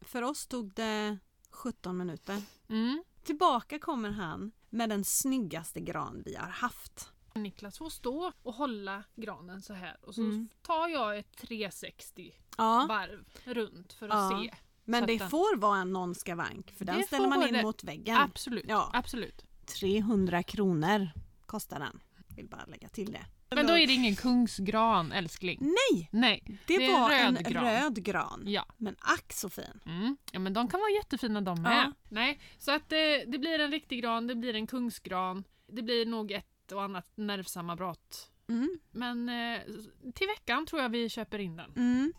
För oss tog det 17 minuter. Mm. Tillbaka kommer han med den snyggaste gran vi har haft. Niklas får stå och hålla granen så här och så Mm. tar jag ett 360 Ja, varv runt för Ja. att se. men så det att den- får vara en non-skavank för den Det ställer man får in det. mot väggen. Absolut, Ja. absolut. 300 kronor kostar den. Vill bara lägga till det. Men då är det ingen kungsgran älskling. Nej! Nej, Det, det är var en en röd gran. röd gran. Ja. Men ack så fin. Mm. ja men de kan vara jättefina de med. Ja. Nej, så att eh, det blir en riktig gran, det blir en kungsgran, det blir nog ett och annat nervsammanbrott. Mm. Men eh, till veckan tror jag vi köper in den. Mm.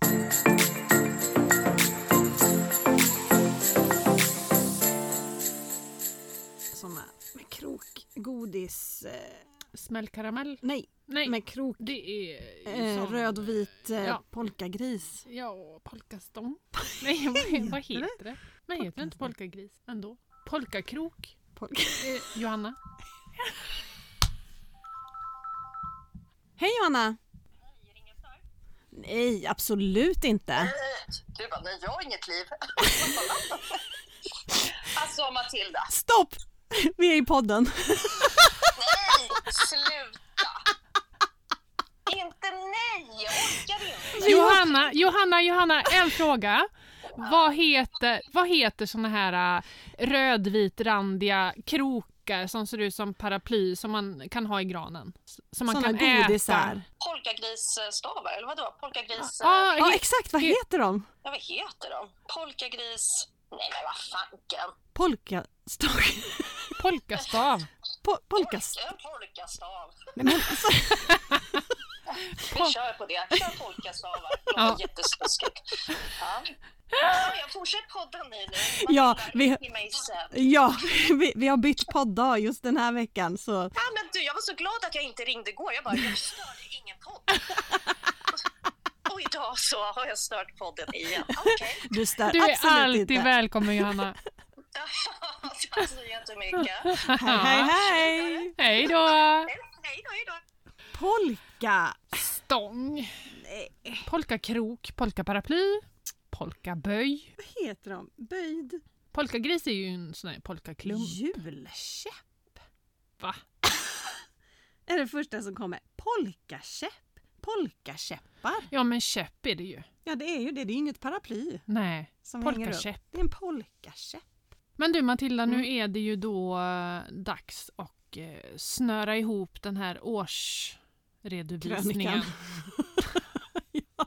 Såna med krokgodis... Eh, Smällkaramell? nej, Nej, med krok... det är ju Eh, sån- röd och vit eh, Ja. polkagris. Ja, polkastång. Nej, vad, vad heter det? Men heter det inte polkagris ändå? Polkakrok? Polka. Eh, Johanna? Hej Johanna! Nej, absolut inte. Du bara, nej jag har inget liv. alltså Matilda, Stopp! Vi är i podden. nej sluta! Inte nej, jag orkar inte. Johanna, Johanna, Johanna, en fråga. Vad heter, vad heter såna här äh, rödvitrandiga krokar som ser ut som paraply som man kan ha i granen? S- Som man Såna kan äta? godisar. Polkagrisstavar, eller vadå? Polkagris... Ja, Ja, he- exakt. Vad heter de? Ja, vad heter de? Polkagris... Nej men vad fanken. Polkastång. polkastav. Po- polkast... En polkastav. Nej, men alltså, Vi kör på det. Kör polkastavar. Det låter Ja. jättesnuskigt. Ja. Ja, jag fortsätter podda ni nu. Ja, Matilda, vi- ring mig sen. ja, vi, vi har bytt podd just den här veckan. Så. Ja, men du, jag var så glad att jag inte ringde igår. Jag bara, jag störde ingen podd. Och idag så har jag stört podden igen. Okej. Du stör Du är absolut alltid inte. välkommen Johanna. Tack så jättemycket. Hej, hej, hej! Hej då! Hej då, hej då. Polka. Stång. Polkakrok, polkaparaply, polkaböj. Vad heter de? Böjd? Polkagris är ju en sån här polkaklump. Jul! Käpp? Va? Är det första som kommer. Polkakäpp! Polkakäppar! Ja men käpp är det ju. Ja, det är ju det. Det är ju inget paraply Nej, som hänger upp. polkakäpp. Det är en polkakäpp. Men du Matilda, Mm. nu är det ju då eh, dags att eh, snöra ihop den här årsredovisningen. Krönikan. Ja.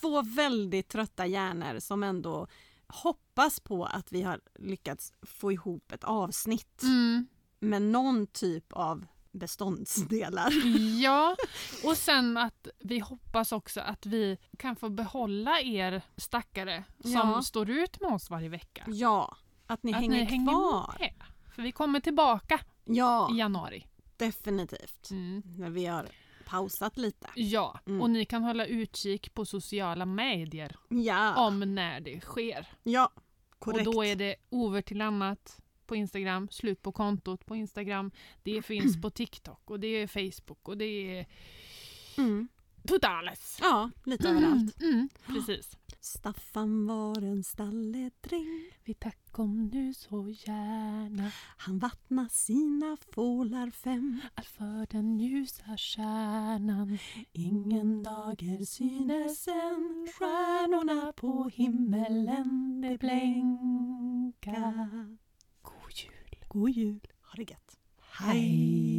Två väldigt trötta hjärnor som ändå hoppas på att vi har lyckats få ihop ett avsnitt Mm. med någon typ av beståndsdelar. Ja, och sen att vi hoppas också att vi kan få behålla er stackare som Ja. står ut med oss varje vecka. Ja, att ni att hänger ni hänger kvar. med. För vi kommer tillbaka Ja, i januari. definitivt. Mm. När vi har pausat lite. Ja, Mm. och ni kan hålla utkik på sociala medier Ja, om när det sker. ja korrekt. Och då är det over till annat på Instagram, slut på kontot på Instagram. Det finns på TikTok och det är Facebook och det är mm. totales. Ja, lite överallt. Mm, precis. Staffan var en stalledräng Vi tack om nu så gärna Han vattnar sina fålar fem allt för den ljusa stjärnan. Ingen dager synes än Stjärnorna på himmelen de blänka God jul. God jul! Ha det gött! Hej.